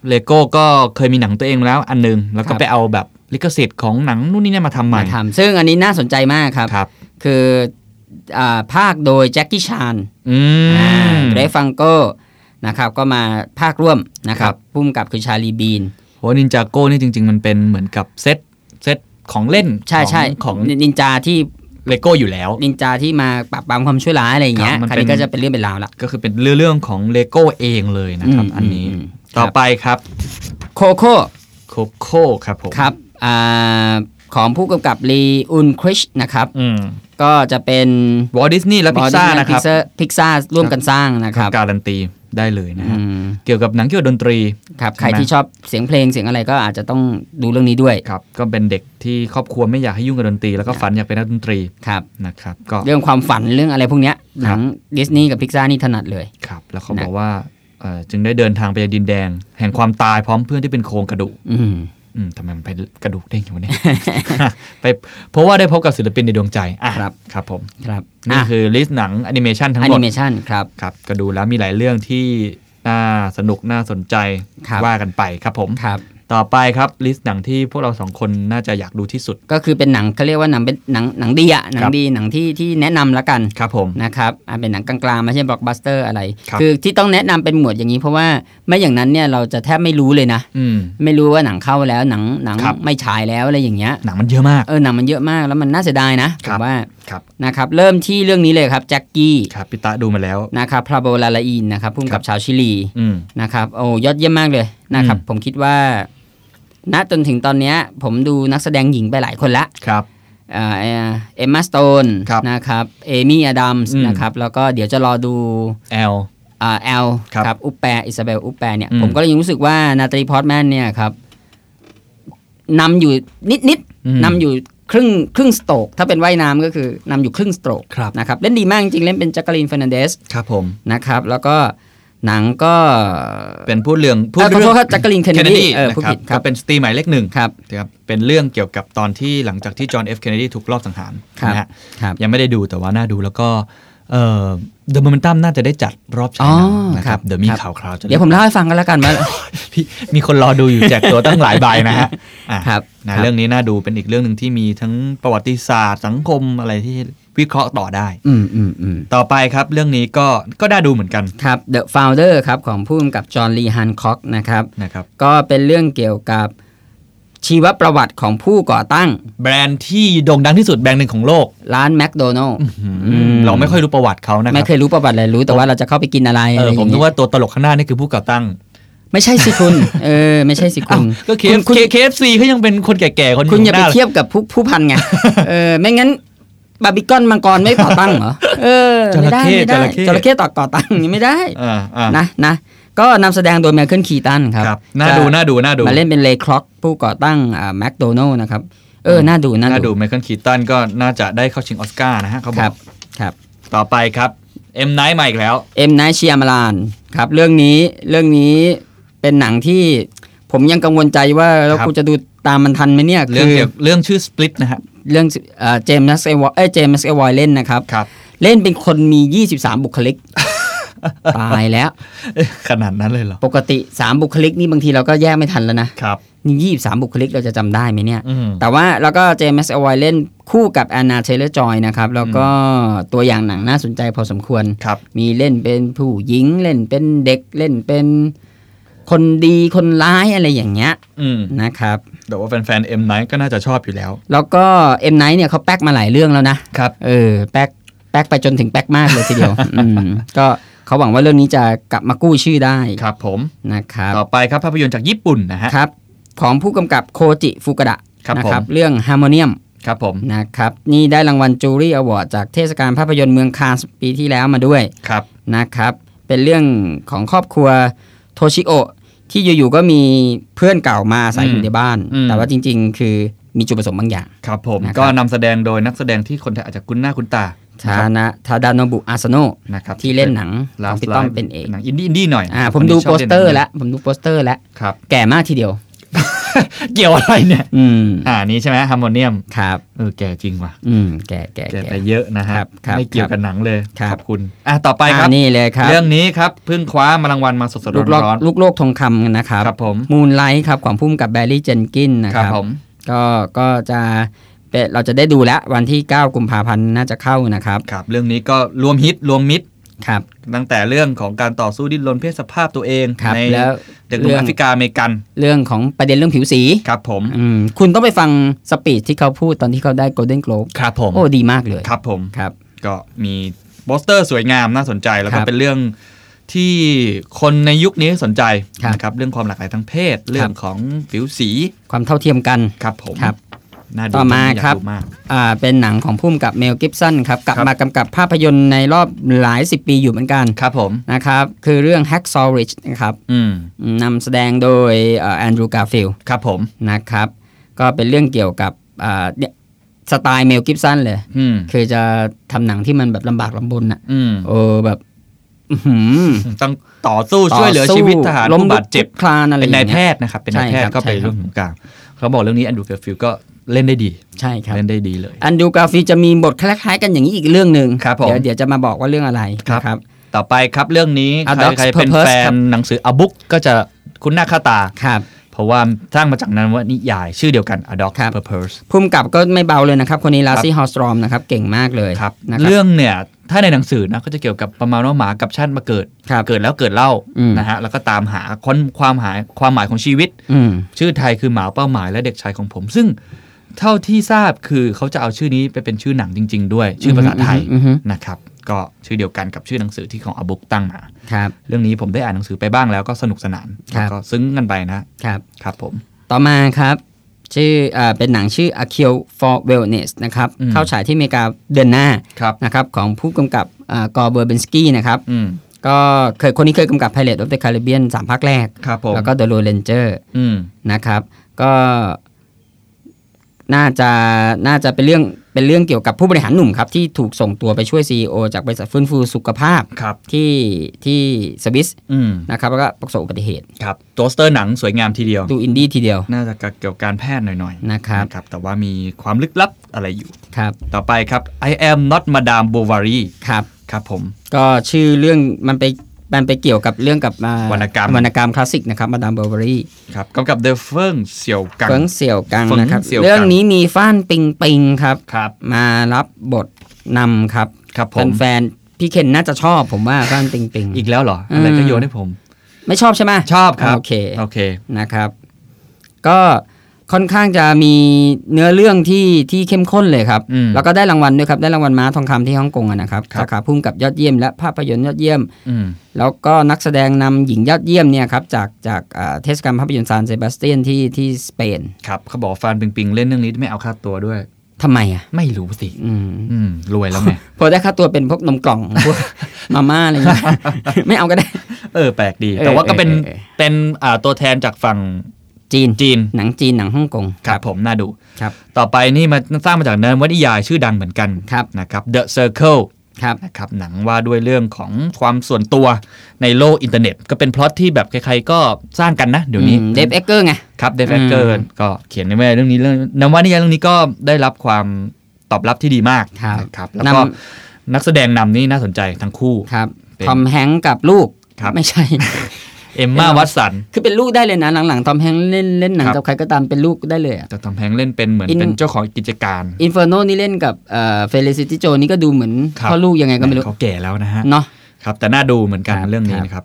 Speaker 2: เลโก้ก็เคยมีหนังตัวเองแล้วอันหนึง แล้ว
Speaker 3: ค
Speaker 2: ก็
Speaker 3: รับ
Speaker 2: ไปเอาแบบลิขสิทธิ์ของหนังนู่นนี่เนี่ยมาทำใหม่
Speaker 3: มาทำซึ่งอันนี้น่าสนใจมากครับ
Speaker 2: ครับ
Speaker 3: คืออ่าภาคโดยแจ็คกี้ชาน
Speaker 2: อืม
Speaker 3: เรฟังโก้นะครับก็มาภาคร่วมนะครั
Speaker 2: ครับ บ
Speaker 3: พุ่มกับคือชาลีบีน
Speaker 2: โหนินจาโก้นี่จริง ๆ มันเป็นเหมือนกับเซตเซตของเล่น
Speaker 3: ใช่
Speaker 2: ของ
Speaker 3: ใช่
Speaker 2: ของ
Speaker 3: นินจาที่
Speaker 2: เลโก้อยู่แล้ว
Speaker 3: นินจาที่มาปราบปรามความช่วยร้ายอะไรอย่างเงี้
Speaker 2: ค
Speaker 3: ย
Speaker 2: รับมัน
Speaker 3: คราวนี้
Speaker 2: เป็น
Speaker 3: ก็จะเป็นเรื่องเป็นราวละ
Speaker 2: ก็คือเป็นเรื่องเรื่องของเลโก้เองเลยนะครับ
Speaker 3: อืม
Speaker 2: อันนี้
Speaker 3: อืมครับ
Speaker 2: ต่อไปครับ
Speaker 3: โคโค่
Speaker 2: โคโค่ครับผม
Speaker 3: ครับอ่าของผู้กำกับลีอุนคริชนะครับ
Speaker 2: อืม
Speaker 3: ก็จะเป็น
Speaker 2: วอลดิสนีย์และพิซซ่า
Speaker 3: Disney
Speaker 2: นะครับ
Speaker 3: พิกซ่าร่วมกันสร้างนะครับ
Speaker 2: การันตีได้เลยนะฮะ
Speaker 3: อืม
Speaker 2: เกี่ยวกับหนังเกี่ยวกับดนตรี
Speaker 3: ครับ
Speaker 2: ใช่ไหม
Speaker 3: ใครที่ชอบเสียงเพลงเสียงอะไรก็อาจจะต้องดูเรื่องนี้ด้วย
Speaker 2: ครับก็เป็นเด็กที่ครอบครัวไม่อยากให้ยุ่งกับดนตรี แล้วก็ฝันอยากเป็นนักดนตรี
Speaker 3: ครับ
Speaker 2: นะครับก็
Speaker 3: เรื่องความฝันเรื่องอะไรพวกเนี้ยหนังดิสนีย์กับพิกซ่านี่ถนัดเลย
Speaker 2: ครับแล้วเขาบอกว่าเอ่อจึงได้เดินทางไปยังดินแดนแห่งความตายพร้อมเพื่อนที่เป็นโครงกระดูก
Speaker 3: อืม
Speaker 2: อืมทำไมมันไปกระดูกได้อย่างวะเนี่ย ไปเพราะว่าได้พบกับศิลปินในดวงใจอ่ะ
Speaker 3: ครับ
Speaker 2: ครับผม
Speaker 3: ครับ
Speaker 2: นี่คือลิสต์หนังแอนิเมชันทั้ง
Speaker 3: แอ
Speaker 2: หม
Speaker 3: นิ
Speaker 2: ด
Speaker 3: เมชันครับ
Speaker 2: ครับก็ดูแล้วมีหลายเรื่องที่น่าสนุกน่าสนใจ
Speaker 3: ครับ
Speaker 2: ว่ากันไปครับผม
Speaker 3: ครับ
Speaker 2: ต่อไปครับลิสต์หนังที่พวกเราสองคนน่าจะอยากดูที่สุด
Speaker 3: ก็คือเป็นหนังเขาเรียกว่าหนังเป็นหนังหนังดีอะหนัง
Speaker 2: ครับ
Speaker 3: ดีหนังที่ที่แนะนำละกัน
Speaker 2: ครับผม
Speaker 3: นะครับอ่ะเป็นหนังกลางๆไม่ใช่บล็อกบัสเตอร์อะไร
Speaker 2: ครับ
Speaker 3: อที่ต้องแนะนำเป็นหมวดอย่างนี้ เพราะว่าไม่อย่างนั้นเนี่ยเราจะแทบไม่รู้เลยนะ
Speaker 2: อืม
Speaker 3: ไม่รู้ว่าหนังเข้าแล้วหนังหนัง
Speaker 2: ครับ
Speaker 3: ไม่ฉายแล้วอะไรอย่างเงี้ย
Speaker 2: หนังมันเยอะมาก
Speaker 3: เออหนังมันเยอะมากแล้วมันน่าเสียดายนะผ
Speaker 2: ครั
Speaker 3: ม
Speaker 2: บ
Speaker 3: ว่า
Speaker 2: ครับ
Speaker 3: นะครับเริ่มที่เรื่องนี้เลยครับแจ็คกี้
Speaker 2: ครับพี่ตะดูมาแล้ว
Speaker 3: นะครับพาโบลาลาอินนะครับพุ่ม
Speaker 2: ครั
Speaker 3: กับบ ชาวชิลี
Speaker 2: อืม
Speaker 3: นะครับโอ้ยอดเยี่ยมมากเลยนะครับ
Speaker 2: อืม
Speaker 3: ผมคิดว่า ณจนถึงตอนเนี้ย ผมดูนักแสดงหญิงไปหลายคนละ
Speaker 2: ครับ
Speaker 3: เอ็มมาสโตน
Speaker 2: ครับ
Speaker 3: นะครับเอมี่อดัมส์
Speaker 2: อืม
Speaker 3: นะครับแล้วก็เดี๋ยวจะรอดู
Speaker 2: แอล
Speaker 3: อ่าแอล
Speaker 2: ครับ
Speaker 3: อุปแปอิซาเบลอุปแปเนี่ย
Speaker 2: อืม
Speaker 3: ผมก็เลยยังรู้สึกว่านาตาลีพอร์ตแมนเนี่ยครับนำอยู่นิดนิดๆ
Speaker 2: อืม
Speaker 3: นำอยู่ครึ่งครึ่งสโตรกถ้าเป็นว่ายน้ำก็คือนำอยู่ครึ่งสโตรก
Speaker 2: ครับ
Speaker 3: นะครับ เล่นดีมากจริงๆ เล่นเป็นแจ็คกาลินเฟอร์นันเดส
Speaker 2: ครับผม
Speaker 3: นะครับ แล้วก็หนังก็
Speaker 2: เป็นพูดเรื่องพูด
Speaker 3: เอ่อขอ
Speaker 2: เรื่
Speaker 3: โท
Speaker 2: อ
Speaker 3: ษ
Speaker 2: ง
Speaker 3: ครับแจ็คกาลินเคนเนดีเออ
Speaker 2: นะ
Speaker 3: ผู้
Speaker 2: ครับ
Speaker 3: ผิดค
Speaker 2: ก็
Speaker 3: รับ
Speaker 2: เป็นสตรีหมายเลขหนึ่ง
Speaker 3: ครับ
Speaker 2: นะครับเป็นเรื่องเกี่ยวกับตอนที่หลังจากที่จอห์นเอฟเคนเนดีถูกลอบสังหาร
Speaker 3: ครับ
Speaker 2: นะฮะ
Speaker 3: ครับ
Speaker 2: ยังไม่ได้ดูแต่ว่าน่าดูแล้วก็เอ่อ The Momentum น่าจะได้จัดรอบฉายหนังนะครั
Speaker 3: อ๋อครับ บ
Speaker 2: เดี๋ยวมี
Speaker 3: ครับ
Speaker 2: ข่าวคราวจะ
Speaker 3: เดี๋ยวผมเล่าให้ฟังกันแล้วกันว่า
Speaker 2: พี่มีคนรอดูอยู่แจกตัวตั้งหลายใบนะฮะอ่ะ
Speaker 3: ครับ
Speaker 2: นะครับ เรื่องนี้น่าดูเป็นอีกเรื่องหนึ่งที่มีทั้งประวัติศาสตร์สังคมอะไรที่วิเคราะห์ต่อได้
Speaker 3: อืมอืมอืม
Speaker 2: ต่อไปครับเรื่องนี้ก็ก็น่าดูเหมือนกัน
Speaker 3: ครับ The Founder ครับ ของผู้กำกับจอห์นลีฮันคอกนะครับ
Speaker 2: นะครับ
Speaker 3: ก็เป็นเรื่องเกี่ยวกับชีวประวัติของผู้ก่อตั้ง
Speaker 2: แบรนด์ที่โด่งดังที่สุดแบรนด์หนึ่งของโลก
Speaker 3: ร้านแมคโดนัลล์ อืม
Speaker 2: เราไม่ค่อยรู้ประวัติเขานะค
Speaker 3: ไม่
Speaker 2: รับ
Speaker 3: เคยรู้ประวัติเลยรู้แต่ว่าเราจะเข้าไปกินอะไร
Speaker 2: เอ
Speaker 3: อะไร
Speaker 2: อ
Speaker 3: อย่าง
Speaker 2: ผม
Speaker 3: เงี้ย
Speaker 2: นึกว่าตัวตลกข้างหน้านี่คือผู้ก่อตั้ง
Speaker 3: ไม่ใช่สิคุณ เออ ไม่ใช่สิคุ
Speaker 2: อ้าว
Speaker 3: ณ
Speaker 2: ก็เค
Speaker 3: คุณ
Speaker 2: ฟ
Speaker 3: คุณ
Speaker 2: เคฟซีเขายังเป็นคนแก่ๆคน
Speaker 3: คุณอย่า
Speaker 2: ข้งห
Speaker 3: ไป
Speaker 2: น้
Speaker 3: เทียบกับผู้ผู้พันไง เออ ไม่งั้น บาร์บิคอนมังกรไม่ต่อตั้งเหรอ เออ ไม่ได้ไม่ได้จระเข้ต่อต่อตั้งยังไม่ได้
Speaker 2: อ่าอ่า
Speaker 3: นะนะ ก็นำแสดงโดยแมเคิลคีตันครับ
Speaker 2: ครับน่าดูน่าดูน่าดู
Speaker 3: มาเล่นเป็นเลย์คล็อกผู้ก่อตั้งอ่าแมคโดนัลล์นะครับ เออ น่าดู น่า
Speaker 2: น่าดู
Speaker 3: ดู
Speaker 2: ไมเคิลคีตันก็น่าจะได้เข้าชิงออสการ์นะฮะเขาบ
Speaker 3: ค
Speaker 2: อ
Speaker 3: รั
Speaker 2: ก
Speaker 3: บ ครับ
Speaker 2: ต่อไปครับเอ็มไนท์มาอีกแล้ว
Speaker 3: เอ็มไนท์ชียมาลานครับ เรื่องนี้เรื่องนี้เป็นหนังที่ผมยังกังวลใจว่าแล้ว
Speaker 2: ครับ
Speaker 3: กูจะดูตามมันทันไหมเนี่ย
Speaker 2: เรื่อง
Speaker 3: คื
Speaker 2: เกี่ยวเรื่องชื่อ Split นะฮะ
Speaker 3: เรื่องเจมส์เอวเอ้ยเจมส์เอวอยเล่นนะครับ
Speaker 2: ครับ
Speaker 3: เล่นเป็นคนมี 23 บุค ลิก ตายแล้ว
Speaker 2: ขนาดนั้นเลยเหรอ
Speaker 3: ปกติ 3 บุคลิกนี่บางทีเราก็แยกไม่ทันแล้วนะครับ นี่23 บุคลิกเราจะจำได้ไหมเนี่ย
Speaker 2: อืม
Speaker 3: แต่ว่าแล้วก็เจมส์เอวอยเล่นคู่กับแอนนาเทเลจอยนะครับ แล้วก็ตัวอย่างหนังน่าสนใจพอสมควร
Speaker 2: ครับ
Speaker 3: มีเล่นเป็นผู้หญิงเล่นเป็นเด็กเล่นเป็นคนดีคนร้ายอะไรอย่างเงี้ย
Speaker 2: อืม
Speaker 3: นะครับ
Speaker 2: แต่ว่าแฟนๆเอ็มไนท์ก็น่าจะชอบอยู่แล้ว
Speaker 3: แล้วก็เอ็มไนท์เนี่ยเขาแป๊กมาหลายเรื่องแล้วนะ
Speaker 2: ครับ
Speaker 3: เออแป๊กแป๊กไปจนถึงแป๊กมากเลยทีเดียว อืมก็เขาหวังว่าเรื่องนี้จะกลับมากู้ชื่อได้
Speaker 2: ครับผม
Speaker 3: นะครับ
Speaker 2: ต่อไปครับภาพยนตร์จากญี่ปุ่นนะฮะ
Speaker 3: ครับ ของผู้กำกับโคจิฟุกะดะ
Speaker 2: ครับ
Speaker 3: นะ
Speaker 2: ผม
Speaker 3: เรื่อง Harmonium
Speaker 2: ครับผม
Speaker 3: นะครับ นี่ได้รางวัลจูรี่อวอร์ดจากเทศกาลภาพยนตร์เมืองคานส์ปีที่แล้วมาด้วย
Speaker 2: ครับ
Speaker 3: นะครับ เป็นเรื่องของครอบครัวโทชิโอะที่อยู่ๆก็มีเพื่อนเก่ามาอาศัยอยู่ในบ้าน แต่ว่าจริงๆ คือมีจุดประสงค์บางอย่าง
Speaker 2: ครับผม
Speaker 3: นะครับ
Speaker 2: ก็นำแสดงโดยนักแสดงที่คนไทยอาจจะคุ้นหน้าคุ้นตา
Speaker 3: ทานะทาดาโนบุอาซาโนะ
Speaker 2: นะครับ
Speaker 3: ที่เล่นหนังของพี่ต้อม
Speaker 2: ลาฟ
Speaker 3: เป็นเอก
Speaker 2: หนังอินดี้อินดี้หน่อย
Speaker 3: อ่า
Speaker 2: ครับ
Speaker 3: ผมดู
Speaker 2: คนที่ช
Speaker 3: โป
Speaker 2: บ
Speaker 3: ส
Speaker 2: น
Speaker 3: เตอ
Speaker 2: ห
Speaker 3: ร์
Speaker 2: นัง
Speaker 3: แล้วผมดูโปสเตอร์แล้ว
Speaker 2: ครับ
Speaker 3: แก่มากทีเดียว
Speaker 2: เกี่ยวอะไรเนี่ย
Speaker 3: อืม
Speaker 2: อ่านี้ใช่ไหมฮาร์โมเนียม
Speaker 3: ครับ
Speaker 2: เออแก่จริงว่ะ
Speaker 3: อืม แก่แก่
Speaker 2: แก่ไป
Speaker 3: แก่
Speaker 2: เยอะนะฮะ
Speaker 3: ครับครับ
Speaker 2: ไม่เกี่ยวกับหนังเลย
Speaker 3: ครับ
Speaker 2: ขอบคุณ อ่ะต่อไปครับ
Speaker 3: อ่านี่เลยครับ
Speaker 2: เรื่องนี้ครับเพิ่งคว้ามารางวัลมาสดๆ
Speaker 3: ลูกโลก
Speaker 2: ร้อน
Speaker 3: ลูกโลกทองคำนะครับ
Speaker 2: ๆครับผม
Speaker 3: มูนไลท์ครับของพุ่มกับแบร์รี่เจนกินนะ
Speaker 2: ค
Speaker 3: ค
Speaker 2: รั
Speaker 3: รั
Speaker 2: บบ ผม
Speaker 3: ก็ก็จะเป็นเราจะได้ดูแล้ววันที่ 9 กุมภาพันธ์น่าจะเข้านะครับ
Speaker 2: ครับเรื่องนี้ก็รวมฮิตรวมมิตร
Speaker 3: ครับ
Speaker 2: ตั้งแต่เรื่องของการต่อสู้ดิ้นรนเพศสภาพตัวเอง
Speaker 3: ครับ
Speaker 2: ใน
Speaker 3: แล้ว
Speaker 2: เด็กหนุ่ม
Speaker 3: เรื่อง
Speaker 2: แอฟริกาอเมริกัน
Speaker 3: เรื่องของประเด็นเรื่องผิวสี
Speaker 2: ครับผม
Speaker 3: อืมคุณต้องไปฟังสปีดที่เขาพูดตอนที่เขาได้ Golden Globe
Speaker 2: ครับผม
Speaker 3: โอ้ดีมากเลย
Speaker 2: ครับผม
Speaker 3: ครับ
Speaker 2: ก็มีโปสเตอร์สวยงามน่าสนใจแล้วก็
Speaker 3: ครับ
Speaker 2: เป็นเรื่องที่คนในยุคนี้สนใจ
Speaker 3: ครับ
Speaker 2: นะครับเรื่องความหลากหลายทางเพศ เรื่องของผิวสี
Speaker 3: ความเท่าเทียมกัน
Speaker 2: ครับผม
Speaker 3: ครับ
Speaker 2: น่าดู
Speaker 3: ต่อมา
Speaker 2: อยก
Speaker 3: ครับ
Speaker 2: ดูมาก
Speaker 3: อ่าเป็นหนังของพุ่มกับเมลกิฟสันครับกลับ
Speaker 2: ครับ
Speaker 3: มากำกับภาพยนตร์ในรอบหลายสิบปีอยู่เหมือนกัน
Speaker 2: ครับผม
Speaker 3: นะครับ คือเรื่อง Hacksaw Ridge นะครับ
Speaker 2: อืม
Speaker 3: นำแสดงโดยแอนดรูว์กาฟิล
Speaker 2: ครับผม
Speaker 3: นะครับ ก็เป็นเรื่องเกี่ยวกับอ่าเนี่ยสไตล์เมลกิฟสันเลย
Speaker 2: อืม
Speaker 3: คือจะทำหนังที่มันแบบลำบากลำบนน่ะ
Speaker 2: อืม
Speaker 3: โอ้แบบอื้อหือ
Speaker 2: ต้องต่อสู้
Speaker 3: ต่อ
Speaker 2: ช่วยเหลือชีวิตทหาร
Speaker 3: ล้ม
Speaker 2: ผู้บาดเจ็บ
Speaker 3: ลุกคลานอะไร
Speaker 2: เป็นนาย
Speaker 3: อง
Speaker 2: แพ
Speaker 3: งี้
Speaker 2: ทย์นะครับเป็น
Speaker 3: ใช่
Speaker 2: นายแพท
Speaker 3: ครั
Speaker 2: ย์
Speaker 3: บ
Speaker 2: ก็ไป
Speaker 3: ใช่ครับ
Speaker 2: ร่วมของกลางเขาบอกเรื่องนี้แอนดรูว์เกรฟิลก็เล่นได้ดี
Speaker 3: ใช่ครับ
Speaker 2: เล่นได้ดีเลย
Speaker 3: แอนดรูว์กาฟิลจะมีบทคล้ายๆกันอย่างนี้อีกเรื่องหนึ่ง
Speaker 2: ครับผม
Speaker 3: เดี๋ยวเดี๋ยวจะมาบอกว่าเรื่องอะไร
Speaker 2: ครับ
Speaker 3: นะครับ
Speaker 2: ต่อไปครับเรื่องนี้
Speaker 3: A
Speaker 2: ใคร
Speaker 3: Dog's
Speaker 2: ใครเป็น
Speaker 3: Purpose
Speaker 2: แฟ
Speaker 3: ครั
Speaker 2: น
Speaker 3: บ
Speaker 2: หนังสืออบุ๊กก็จะคุ้นหน้าค่าตา
Speaker 3: ครับ
Speaker 2: เพราะว่าสร้างมาจากนั้นว่านิยายชื่อเดียวกัน A Dog
Speaker 3: ครับ
Speaker 2: Purpose
Speaker 3: ภูมิกับก็ไม่เบาเลยนะครับ คนนี้ลาซี่ฮอสตรอมนะครับ เก่งมากเลย
Speaker 2: ครับ
Speaker 3: นะครับ
Speaker 2: เรื่องเนี่ยถ้าในหนังสือนะก็จะเกี่ยวกับประมาณว่าหมากับชาติมาเกิด
Speaker 3: ครับ
Speaker 2: เกิดแล้วเกิดเล่า
Speaker 3: อืม
Speaker 2: นะฮะแล้วก็ตามหาค้นความหายความหมายของชีวิต
Speaker 3: อืม
Speaker 2: ชื่อไทยคือหมาเป้าหมายและเด็กชายของผม ซึ่งเท่าที่ทราบคือเขาจะเอาชื่อนี้ไปเป็นชื่อหนังจริง ๆ ด้วย ชื่อภาษาไทย
Speaker 3: อือฮึอือฮึ
Speaker 2: นะครับก็ชื่อเดียวกันกับชื่อหนังสือที่ของอบุ๊กตั้งมา
Speaker 3: ครับ
Speaker 2: เรื่องนี้ผมได้อ่านหนังสือไปบ้างแล้วก็สนุกสนาน
Speaker 3: ครั
Speaker 2: แล้
Speaker 3: บ
Speaker 2: วก็ซึ้งกันไปนะครับ ครับผม
Speaker 3: ต่อมาครับ ชื่ออาเป็นหนังชื่อ a k i l for Wellness นะครับ
Speaker 2: อืม
Speaker 3: เข้าฉายที่อเมริกาเดือนหน้า
Speaker 2: ครับ
Speaker 3: นะครับของผู้กำกับอ่ากอเบอร์เบนสกี้นะครับ
Speaker 2: อืม
Speaker 3: ก็เคยคนนี้เคยกำกับ Pilot of the Caribbean สามภาคแรก
Speaker 2: ครับผม
Speaker 3: แล้วก็ The Lone Ranger
Speaker 2: อืม
Speaker 3: นะครับ ก็น่าจะน่าจะเป็นเรื่องเป็นเรื่องเกี่ยวกับผู้บริหารหนุ่มครับ ที่ถูกส่งตัวไปช่วย CEO จากบริษัทฟื้นฟูสุขภาพ
Speaker 2: ครับ
Speaker 3: ที่ที่สวิส
Speaker 2: อืม
Speaker 3: นะครับ แล้วก็ประสบอุบัติเหตุ
Speaker 2: ครับโปสเตอร์หนังสวยงามทีเดียว
Speaker 3: ดูอินดี้ทีเดียว
Speaker 2: น่าจะเกี่ยวกับการแพทย์หน่อยๆ
Speaker 3: นะครับ
Speaker 2: แต่ว่ามีความลึกลับอะไรอยู่
Speaker 3: ครับ
Speaker 2: ต่อไปครับ I am not Madame Bovary
Speaker 3: ครับ
Speaker 2: ครับผม
Speaker 3: ก็ชื่อเรื่องมันไปมันไปเกี่ยวกับเรื่องกับอ่าว
Speaker 2: รรณกรรม
Speaker 3: วรรณกรรมคลาสสิกนะครับมาดามเบอร์เบอรี่
Speaker 2: ครับกำกับ The f e r n เสี่ยวกัง
Speaker 3: เฟิงเสี่ยวกัง
Speaker 2: เฟิง
Speaker 3: นะครับ
Speaker 2: เสี่ยวกัง
Speaker 3: เรื่องนี้มีฟ้านปิงปิงครับ
Speaker 2: ครับ
Speaker 3: มารับบทนำครับ
Speaker 2: ครับผม
Speaker 3: แฟนๆพี่เคนน่าจะชอบผมว่าฟ้านปิงปิง
Speaker 2: อีกแล้วเหรอ อะไรก็โยนให้ผม
Speaker 3: ไม่ชอบใช่ไหม
Speaker 2: ชอบครับ
Speaker 3: โอเค
Speaker 2: โอเค
Speaker 3: นะครับ ก็ค่อนข้างจะมีเนื้อเรื่องที่ที่เข้มข้นเลยครับ
Speaker 2: อืม
Speaker 3: แล้วก็ได้รางวัลด้วยครับ ได้รางวัลม้าทองคำที่ฮ่องกงอะนะครับ
Speaker 2: ครับ
Speaker 3: สาขาพุ่มกับยอดเยี่ยมและภาพยนตร์ยอดเยี่ยม
Speaker 2: อืม
Speaker 3: แล้วก็นักแสดงนำหญิงยอดเยี่ยมเนี่ยครับ จากจากอ่าเทศกาลภาพยนตร์ซานเซบาสเตียนที่ที่สเปน
Speaker 2: ครับเขาบอกฟานปิงปิงเล่นเรื่องนี้ไม่เอาค่าตัวด้วย
Speaker 3: ทำไมอ่ะ
Speaker 2: ไม่รู้สิ
Speaker 3: อืม
Speaker 2: อืม รวยแล้วไง
Speaker 3: พอได้ค่าตัวเป็นพวกนมกล่อง พวกมาม่าอะไรอย่างเงี้ย ไม่เอาก็ได้
Speaker 2: เออ แปลกดี
Speaker 3: เออ
Speaker 2: แต่ว่าก็
Speaker 3: เออ
Speaker 2: เป็น
Speaker 3: เออ
Speaker 2: เป็นอ่าตัวแทนจากฝั่ง
Speaker 3: จีน
Speaker 2: จีน
Speaker 3: หนังจีนหนังฮ่องกง
Speaker 2: ครับผมน่าดู
Speaker 3: ครับ
Speaker 2: ต่อไปนี่มาสร้างมาจากนวนิยายชื่อดังเหมือนกัน
Speaker 3: ครับ
Speaker 2: นะครับ The Circle
Speaker 3: ครับ
Speaker 2: นะครับหนังว่าด้วยเรื่องของความส่วนตัวในโลกอินเทอร์เน็ต ก็เป็นพล็อตที่แบบใครๆก็สร้างกันนะ เดี๋ยวนี้
Speaker 3: เดฟเอ็กเกอร์ไง
Speaker 2: ครับเดฟแอคเกอร์
Speaker 3: อืม
Speaker 2: ก็เขียนในแม่เรื่องนี้เรื่องนวนิยายเรื่องนี้ก็ได้รับความตอบรับที่ดีมาก
Speaker 3: ครับ
Speaker 2: นะครับแล้วก็
Speaker 3: น
Speaker 2: นักแสดงนำนี่น่าสนใจทั้งคู่
Speaker 3: ครับ
Speaker 2: เป็น
Speaker 3: ทอมแฮงก์กับลูก
Speaker 2: ครับ
Speaker 3: ไม่ใช่
Speaker 2: เอมมาวัตสัน
Speaker 3: คือเป็นลูกได้เลยนะ หลังๆทอมแฮงก์เล่นเล่นหนัง
Speaker 2: ครับ
Speaker 3: กับใครก็ตามเป็นลูกได้เลยอ่ะ
Speaker 2: แต่ทอมแฮงค์เล่นเป็นเหมือน
Speaker 3: อิน
Speaker 2: เป็นเจ้าของกิจการ
Speaker 3: อินเฟอร์โนนี่เล่นกับเอ่อเฟลิซิตี้โจนี่ก็ดูเหมือน
Speaker 2: ครับ
Speaker 3: พ่อลูกยังไงก็ไม่รู้
Speaker 2: เขาแก่แล้วนะฮะ
Speaker 3: เนาะ
Speaker 2: ครับแต่น่าดูเหมือนกัน
Speaker 3: ครับ
Speaker 2: เรื่องนี้
Speaker 3: ครับ
Speaker 2: นะครับ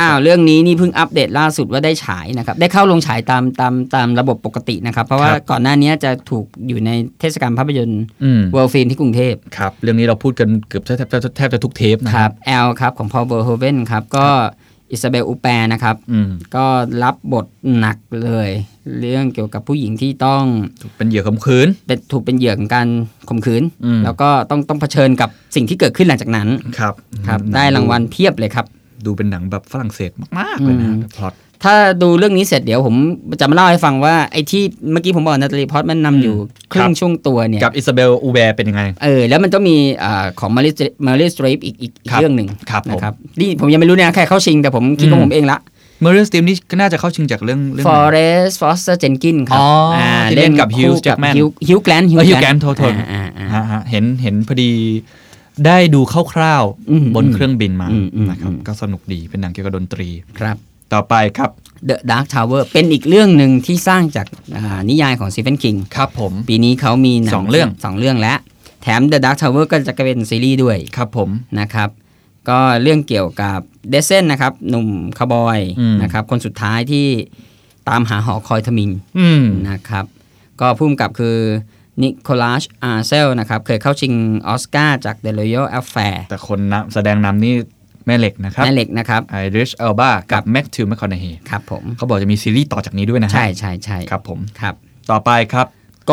Speaker 3: อ้าวเรื่องนี้นี่เพิ่งอัปเดตล่าสุดว่าได้ฉายนะครับ ได้เข้าลงฉายตามตามตามระบบปกตินะครับ เพราะว่า
Speaker 2: ครับ
Speaker 3: ก่อนหน้านี้จะถูกอยู่ในเทศกาลภาพยนตร์
Speaker 2: อืม
Speaker 3: เวิลด์ฟิล์มที่กรุงเทพ
Speaker 2: ครับเรื่องนี้เราพูดกันเกือบแทบแทบแทบจะทุกเทปนะ
Speaker 3: ค
Speaker 2: ฮะ
Speaker 3: รับแอลครับของพอลเบอร์โฮเวนครับก็อิซาเบลอูแปรนะครับ
Speaker 2: อืม
Speaker 3: ก็รับบทหนักเลย เรื่องเกี่ยวกับผู้หญิงที่ต้อง
Speaker 2: เป็นเหยื่อข่มขืน
Speaker 3: เป็นถูกเป็นเหยื่อของการข่มขืน
Speaker 2: อืม
Speaker 3: แล้วก็ต้องต้องเผชิญกับสิ่งที่เกิดขึ้นหลังจากนั้น
Speaker 2: ครับ
Speaker 3: ครับ
Speaker 2: หนั
Speaker 3: ได้รางวัล
Speaker 2: ด
Speaker 3: เพียบเลยครับ
Speaker 2: ูดูเป็นหนังแบบฝรั่งเศสมากๆเลยนะ
Speaker 3: อืม
Speaker 2: แบบพล็อต
Speaker 3: ถ้าดูเรื่องนี้เสร็จเดี๋ยวผมจะมาเล่าให้ฟังว่าไอ้ที่เมื่อกี้ผมบอกนาตาลีพอตมันนำอยู่ครึ่
Speaker 2: ค
Speaker 3: ง
Speaker 2: รับ
Speaker 3: ช่วงตัวเนี่ย
Speaker 2: กับอิซาเบลอูแบร์เป็นยังไง
Speaker 3: เออแล้วมันต้องมีอาของมาริมาริสตรีฟอีกอีกอีก
Speaker 2: ครับ
Speaker 3: เรื่องหนึ่ง
Speaker 2: ครับผม
Speaker 3: นะครับนี่ผมยังไม่รู้นะใครเข้าชิงแต่ผมคิดของ
Speaker 2: อืม
Speaker 3: ผมเองละ
Speaker 2: เมอร์เรนสตีมนี่ก็น่าจะเข้าชิงจากเรื่องเรื่อง
Speaker 3: Forest Foster Jenkins ครั
Speaker 2: อ๋
Speaker 3: บ
Speaker 2: ออ่
Speaker 3: า
Speaker 2: ที่เล่นกับ Hugh
Speaker 3: คู่
Speaker 2: Jackman
Speaker 3: Hugh Hugh Grant
Speaker 2: เออ Hugh Grant โทษโทษ
Speaker 3: อ่าอ่าอ่า
Speaker 2: ฮะฮะเห็นเห็นพอดีได้ดูคร่าว
Speaker 3: อืม
Speaker 2: บนเครื่องบินมา
Speaker 3: อืมอืม
Speaker 2: นะครับ
Speaker 3: อืม
Speaker 2: ก็สนุกดีเป็นหนังเกี่ยวกับดนตรี
Speaker 3: ครับ
Speaker 2: ต่อไปครับ
Speaker 3: The Dark Tower เป็นอีกเรื่องหนึ่งที่สร้างจากอ่านิยายของ Stephen King
Speaker 2: ครับผม
Speaker 3: ปีนี้เขามีหนั
Speaker 2: สองเรื่อง
Speaker 3: สองเรื่องแล้ว แถม The Dark Tower ก็จะกลายเป็นซีรีส์ด้วย
Speaker 2: ครับผม
Speaker 3: นะครับ ก็เรื่องเกี่ยวกับเดซเซนนะครับ หนุ่มคาวบอย
Speaker 2: อืม
Speaker 3: นะครับ คนสุดท้ายที่ตามหาหอคอยทมิน
Speaker 2: อืม
Speaker 3: นะครับก็พุ่มกับคือนิโคลัสอาร์เซลนะครับเคยเข้าชิงออสการ์จาก The Royal Affair
Speaker 2: แต่คนนำแสดงนำนี่แม่เหล็กนะครับ
Speaker 3: แม่เหล็กนะครับ
Speaker 2: ไอริชเอลบา
Speaker 3: ครั
Speaker 2: กับบ แม็กทิวแมคคอนเนฮี
Speaker 3: ครับผม
Speaker 2: เขาบอกจะมีซีรีส์ต่อจากนี้ด้วยนะฮะ
Speaker 3: ใช่ใช่ใช่
Speaker 2: ครับผม
Speaker 3: ครับ
Speaker 2: ต่อไปครับ
Speaker 3: โก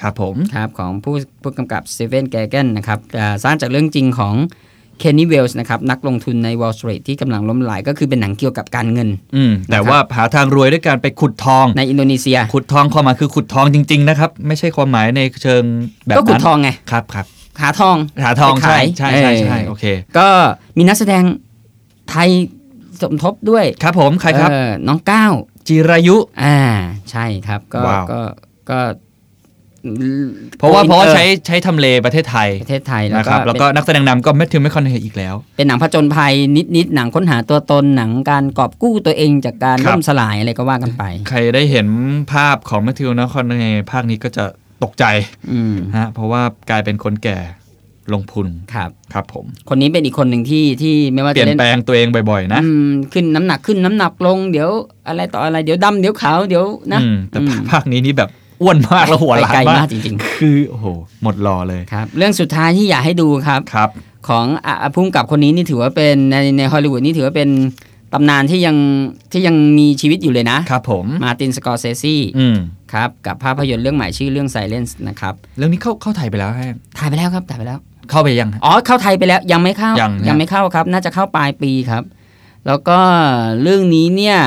Speaker 2: ครับผม
Speaker 3: ครับของผู้ผู้กำกับสตีเวนแกเกนนะครับอ่าสร้างจากเรื่องจริงของเคนนี่เวลส์นะครับนักลงทุนใน Wall Street ที่กำลังล้มละลายก็คือเป็นหนังเกี่ยวกับการเงิน
Speaker 2: อืมแต่
Speaker 3: นะครับ
Speaker 2: ว่าหาทางรวยด้วยการไปขุดทอง
Speaker 3: ในอินโดนีเซีย
Speaker 2: ขุดทองความหมายคือขุดทองจริง ๆ นะครับ ไม่ใช่ความหมายในเชิงแบบนั้น
Speaker 3: ก็ขุดทองไง
Speaker 2: ครับครับ
Speaker 3: หาทอง
Speaker 2: หาทอง
Speaker 3: ไป
Speaker 2: ใช่
Speaker 3: ขาย
Speaker 2: ใช่ใช่ใช่
Speaker 3: เออ
Speaker 2: โอเค
Speaker 3: ก็มีนักแสดงไทยสมทบด้วย
Speaker 2: ครับผมใครครับ
Speaker 3: เอ่อน้องก้าว
Speaker 2: จิรายุ
Speaker 3: อ่าใช่ครับก็
Speaker 2: ว้าว
Speaker 3: ก็ก็
Speaker 2: เพราะว่า
Speaker 3: อิน
Speaker 2: เพราะว่า
Speaker 3: ตอ
Speaker 2: ใช้ใช้ทำเลประเทศไทย
Speaker 3: ประเทศไทยแล้ว
Speaker 2: นะค
Speaker 3: ก็
Speaker 2: รับ แล้วก็
Speaker 3: เป็น
Speaker 2: นักแสดงนำก็แมทธิวแมคคอนเนอีกแล้ว
Speaker 3: เป็นหนังผจญภัยนิดนิดๆหนังค้นหาตัวตนหนังการกอบกู้ตัวเองจากการ
Speaker 2: ครับ
Speaker 3: ล่มสลายอะไรก็ว่ากันไป
Speaker 2: ใครได้เห็นภาพของแมทธิวแมคคอนเนภาคนี้ก็จะตกใจ
Speaker 3: อืม
Speaker 2: นะฮะเพราะว่ากลายเป็นคนแก่ลงพุน
Speaker 3: ครับ
Speaker 2: ครับผม
Speaker 3: คนนี้เป็นอีกคนหนึ่งที่ที่ไม่ว่า
Speaker 2: เป
Speaker 3: จะ
Speaker 2: ลี่ยน
Speaker 3: เล่น
Speaker 2: แปลงตัวเองบ่อยๆ นะ
Speaker 3: อืมขึ้นน้ำหนักขึ้นน้ำหนักลงเดี๋ยวอะไรต่ออะไรเดี๋ยวดำเดี๋ยวขาวเดี๋ยวนะ
Speaker 2: อืมแต่
Speaker 3: อืม
Speaker 2: ภาคนี้นี่แบบอ้วนมากแล้วหัว
Speaker 3: ไป
Speaker 2: หลาน
Speaker 3: ไกล
Speaker 2: มาม
Speaker 3: าก กจริง
Speaker 2: คือโอ้โหหมดหล่อเลย
Speaker 3: ๆครับ เรื่องสุดท้ายที่อยากให้ดูครับ
Speaker 2: ครับ
Speaker 3: ของอ่ะอ่ะพุ่มกับคนนี้นี่ถือว่าเป็นในในฮอลลีวูดนี่ถือว่าเป็นตำนานที่ยังที่ยังมีชีวิตอยู่เลยนะ
Speaker 2: ครับผม
Speaker 3: มาร์ตินสกอร์เซซี
Speaker 2: อืม
Speaker 3: ค ครับกับภาพยนตร์เรื่องใหม่ชื่อเรื่อง Silence นะครับ
Speaker 2: เรื่องนี้เข้าเข้าไทยไปแล้วฮะ
Speaker 3: ถ่ายไปแล้วครับถ่ายไปแล้ว
Speaker 2: เข้าไปยังฮะ
Speaker 3: อ๋อเข้าไทยไปแล้วยังไม่เข้า
Speaker 2: ยังนะ
Speaker 3: งไม่เข้าครับ น่าจะเข้าปลายปีครับ แล้วก็เรื่องนี้เนี่ย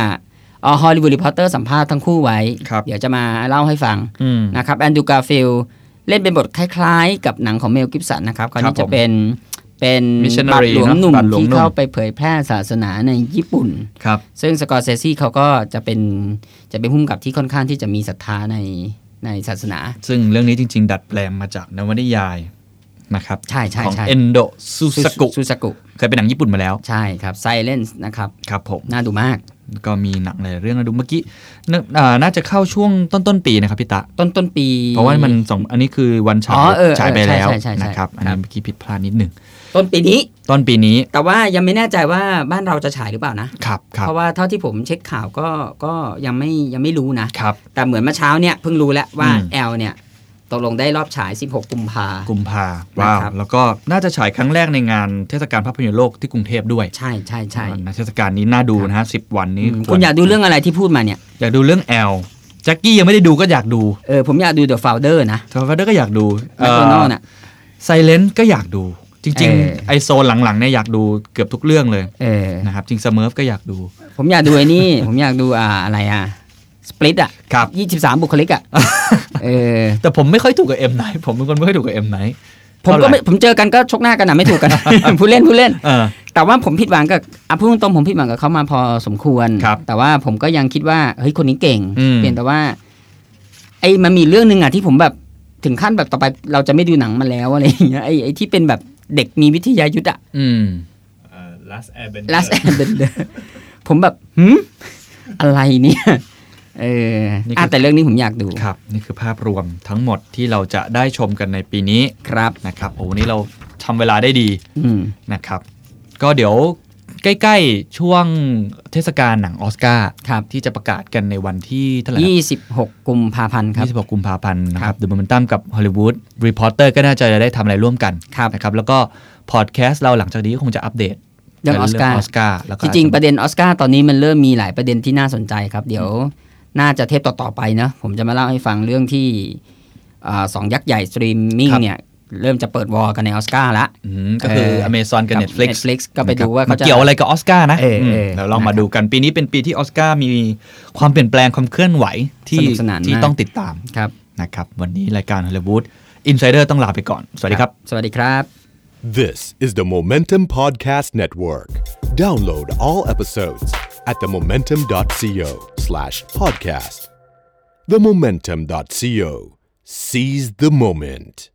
Speaker 3: ฮอลลีวูดรีพอร์เตอร์สัมภาษณ์ทั้งคู่ไว้
Speaker 2: ครับ
Speaker 3: เดี๋ยวจะมาเล่าให้ฟัง
Speaker 2: อืม
Speaker 3: นะครับแอนดูการ์ฟิลเล่นเป็นบทคล้ายๆ กับหนังของเมลกิฟสันนะครับคราว
Speaker 2: ครับ
Speaker 3: นี้จะเป็นเป็นบัต
Speaker 2: Missionary
Speaker 3: รหลวงหนุ่ม
Speaker 2: เนอะบัตรหลวง
Speaker 3: ที่
Speaker 2: หนุ่ม
Speaker 3: เข้าไปเผยแพร่ศาสนาในญี่ปุ่น
Speaker 2: ครับ
Speaker 3: ซึ่งสกอร์เซซี่เขาก็จะเป็นจะเป็นผู้กำกับที่ค่อนข้างที่จะมีศรัทธาในในศาสนา
Speaker 2: ซึ่งเรื่องนี้จริง ๆ ดัดแปลงมาจากนวนิยายนะครับ
Speaker 3: ใช่ใช่
Speaker 2: ของ
Speaker 3: ใช่
Speaker 2: เอนโดซูสกุ
Speaker 3: ซูซากุ
Speaker 2: เคยเป็นหนังญี่ปุ่นมาแล้ว
Speaker 3: ใช่ครับ Silence นะครับ
Speaker 2: ครับผม
Speaker 3: น่าดูมาก
Speaker 2: ก็มีหนังหลายเรื่องนะดูเมื่อกี้น่าอ่าน่าจะเข้าช่วงต้นต้นๆปีนะครับพี่ตะ
Speaker 3: ต้นต้นปี
Speaker 2: เพราะว่ามันสองอันนี้คือวันฉาย
Speaker 3: อ๋อเออเออ
Speaker 2: ฉายไปแล้ว
Speaker 3: ใช่ใช่ใช่
Speaker 2: นะครับ
Speaker 3: ใช่
Speaker 2: อันนี้เมื่อกี้ผิดพลาดนิดหนึ่ง
Speaker 3: ต้นปีนี้
Speaker 2: ต้นปีนี้
Speaker 3: แต่ว่ายังไม่แน่ใจว่าบ้านเราจะฉายหรือเปล่านะ
Speaker 2: ครับครับ
Speaker 3: เพราะว่าเท่าที่ผมเช็คข่าวก็ก็ยังไม่ยังไม่รู้นะ
Speaker 2: ครับ
Speaker 3: แต่เหมือนเมื่อเช้าเนี่ยเพิ่งรู้แล้วว่า
Speaker 2: อืม
Speaker 3: แอลเนี่ยตกลงได้รอบฉาย 16 กุมภา
Speaker 2: กุมภาว้าว
Speaker 3: นะครับ
Speaker 2: แล้วก็น่าจะฉายครั้งแรกในงานเทศกาลภาพยนตร์โลกที่กรุงเทพด้วย
Speaker 3: ใช่ใช่ใช่
Speaker 2: นะเทศกาลนี้น่าดูนะฮะสิบวันนี้
Speaker 3: อืม
Speaker 2: วร
Speaker 3: คุณอยากดูเรื่องอะไรที่พูดมาเนี่ย
Speaker 2: อยากดูเรื่องแอลแจ็คกี้ยังไม่ได้ดูก็อยากดู
Speaker 3: เออผมอยากดู The Founder นะ
Speaker 2: ทาวเวอร์ก็อยากดู
Speaker 3: แมคโดนัลน่ะ
Speaker 2: ไซเลนก็อยากดู จริง
Speaker 3: เออ
Speaker 2: ๆไอโซนหลังๆเนี่ยอยากดูเกือบทุกเรื่องเลย
Speaker 3: เออ
Speaker 2: นะครับจริงสเมิร์ฟก็อยากดู
Speaker 3: ผมอยากดูไอ้นี่ ผมอยากดูอ่าอะไรอ่ะ Split อ่ะ
Speaker 2: ครับ
Speaker 3: 23 บุคลิ กอ่ะเออ
Speaker 2: แต่ผมไม่ค่อยถูกกับเอ็มไนผมเป็นคนไม่ค่อยถูกกับเอ็มไน
Speaker 3: ผมก็
Speaker 2: เท่าไหร่
Speaker 3: ไม่ผมเจอกันก็ชกหน้ากันนะไม่ถูกกัน พูดเล่นพูดเล่น
Speaker 2: เออ
Speaker 3: แต่ว่าผมผิดหวังกับอ่ะพูดตรงๆผมผิดหวังกับเขามาพอสมควร
Speaker 2: ครับ
Speaker 3: แต่ว่าผมก็ยังคิดว่าเฮ้ยคนนี้เก่ง
Speaker 2: อืม
Speaker 3: เพียงแต่ว่าไอ้มันมีเรื่องหนึ่งอ่ะที่ผมแบบถึงขั้นแบบต่อไปเราจะไม่ดูหนังมันแล้วอะไรอย่างเงี้ยไอ้ไอ้ที่เป็นแบบเด็กมีวิทยายุทธ์อ่ะ
Speaker 2: อืม
Speaker 4: last airbender
Speaker 3: last and the ผมแบบหืมอะไรเนี่ยเออ
Speaker 2: นี่คืออ่
Speaker 3: อ่ะแต่เรื่องนี้ผมอยากดู
Speaker 2: ครับ นี่คือภาพรวมทั้งหมดที่เราจะได้ชมกันในปีนี้
Speaker 3: ครับ
Speaker 2: นะครับโอ้วันนี้เราทำเวลาได้ดี
Speaker 3: อืม
Speaker 2: นะครับ ก็เดี๋ยวใกล้ๆ ช่วงเทศกาลหนังออสการ์
Speaker 3: ครับ
Speaker 2: ที่จะประกาศกันในวันที่เท่าไหร่นะ
Speaker 3: ยี่สิบหกกุมภาพันธ์ครับ
Speaker 2: 26 กุมภาพันธ์นะค
Speaker 3: ครั
Speaker 2: รับบ เดอะโมเมนตัมกับฮอลลีวูดรีพอร์เตอร์ก็น่าจะได้ทำอะไรร่วมกัน
Speaker 3: ครับ
Speaker 2: นะครับแล้วก็พอดแคสต์เราหลังจากนี้ก็คงจะอัปเดต
Speaker 3: เรื่องออสการ์
Speaker 2: ออสการ์แล้วก็
Speaker 3: จริงๆประเด็นออสการ์ตอนนี้มันเริ่มมีหลายประเด็นที่น่าสนใจครับ เดี๋ยวน่าจะเทปต่อ ๆ ไปนะ ผมจะมาเล่าให้ฟังเรื่องที่อาสองยักษ์ใหญ่สตรีมมิ่งเนี่ย เริ่มจะเปิดวอร์กันในออสการ์ละ
Speaker 2: อืมก็คือ
Speaker 3: เอ่อ
Speaker 2: Amazon กับ Netflix
Speaker 3: Netflix ก็ไปดูว่าเขาจะ
Speaker 2: เกี่ยวอะไรกับออสการ์นะ
Speaker 3: เออเออ
Speaker 2: มเดี๋ยวลองมา
Speaker 3: นะครับ
Speaker 2: ดูกันปีนี้เป็นปีที่ออสการ์มีความเปลี่ยนแปลงความเคลื่อนไหวที่
Speaker 3: สนุกสนานมาก
Speaker 2: ที่ต้องติดตาม
Speaker 3: ครับ
Speaker 2: นะครับ วันนี้รายการฮอลลีวูดอินไซเดอร์ต้องลาไปก่อน สวัสดีครับ
Speaker 3: สวัสดีครับ
Speaker 1: This is the Momentum Podcast Network. Download all episodes at themomentum.co slash podcast. Themomentum.co. Seize the moment.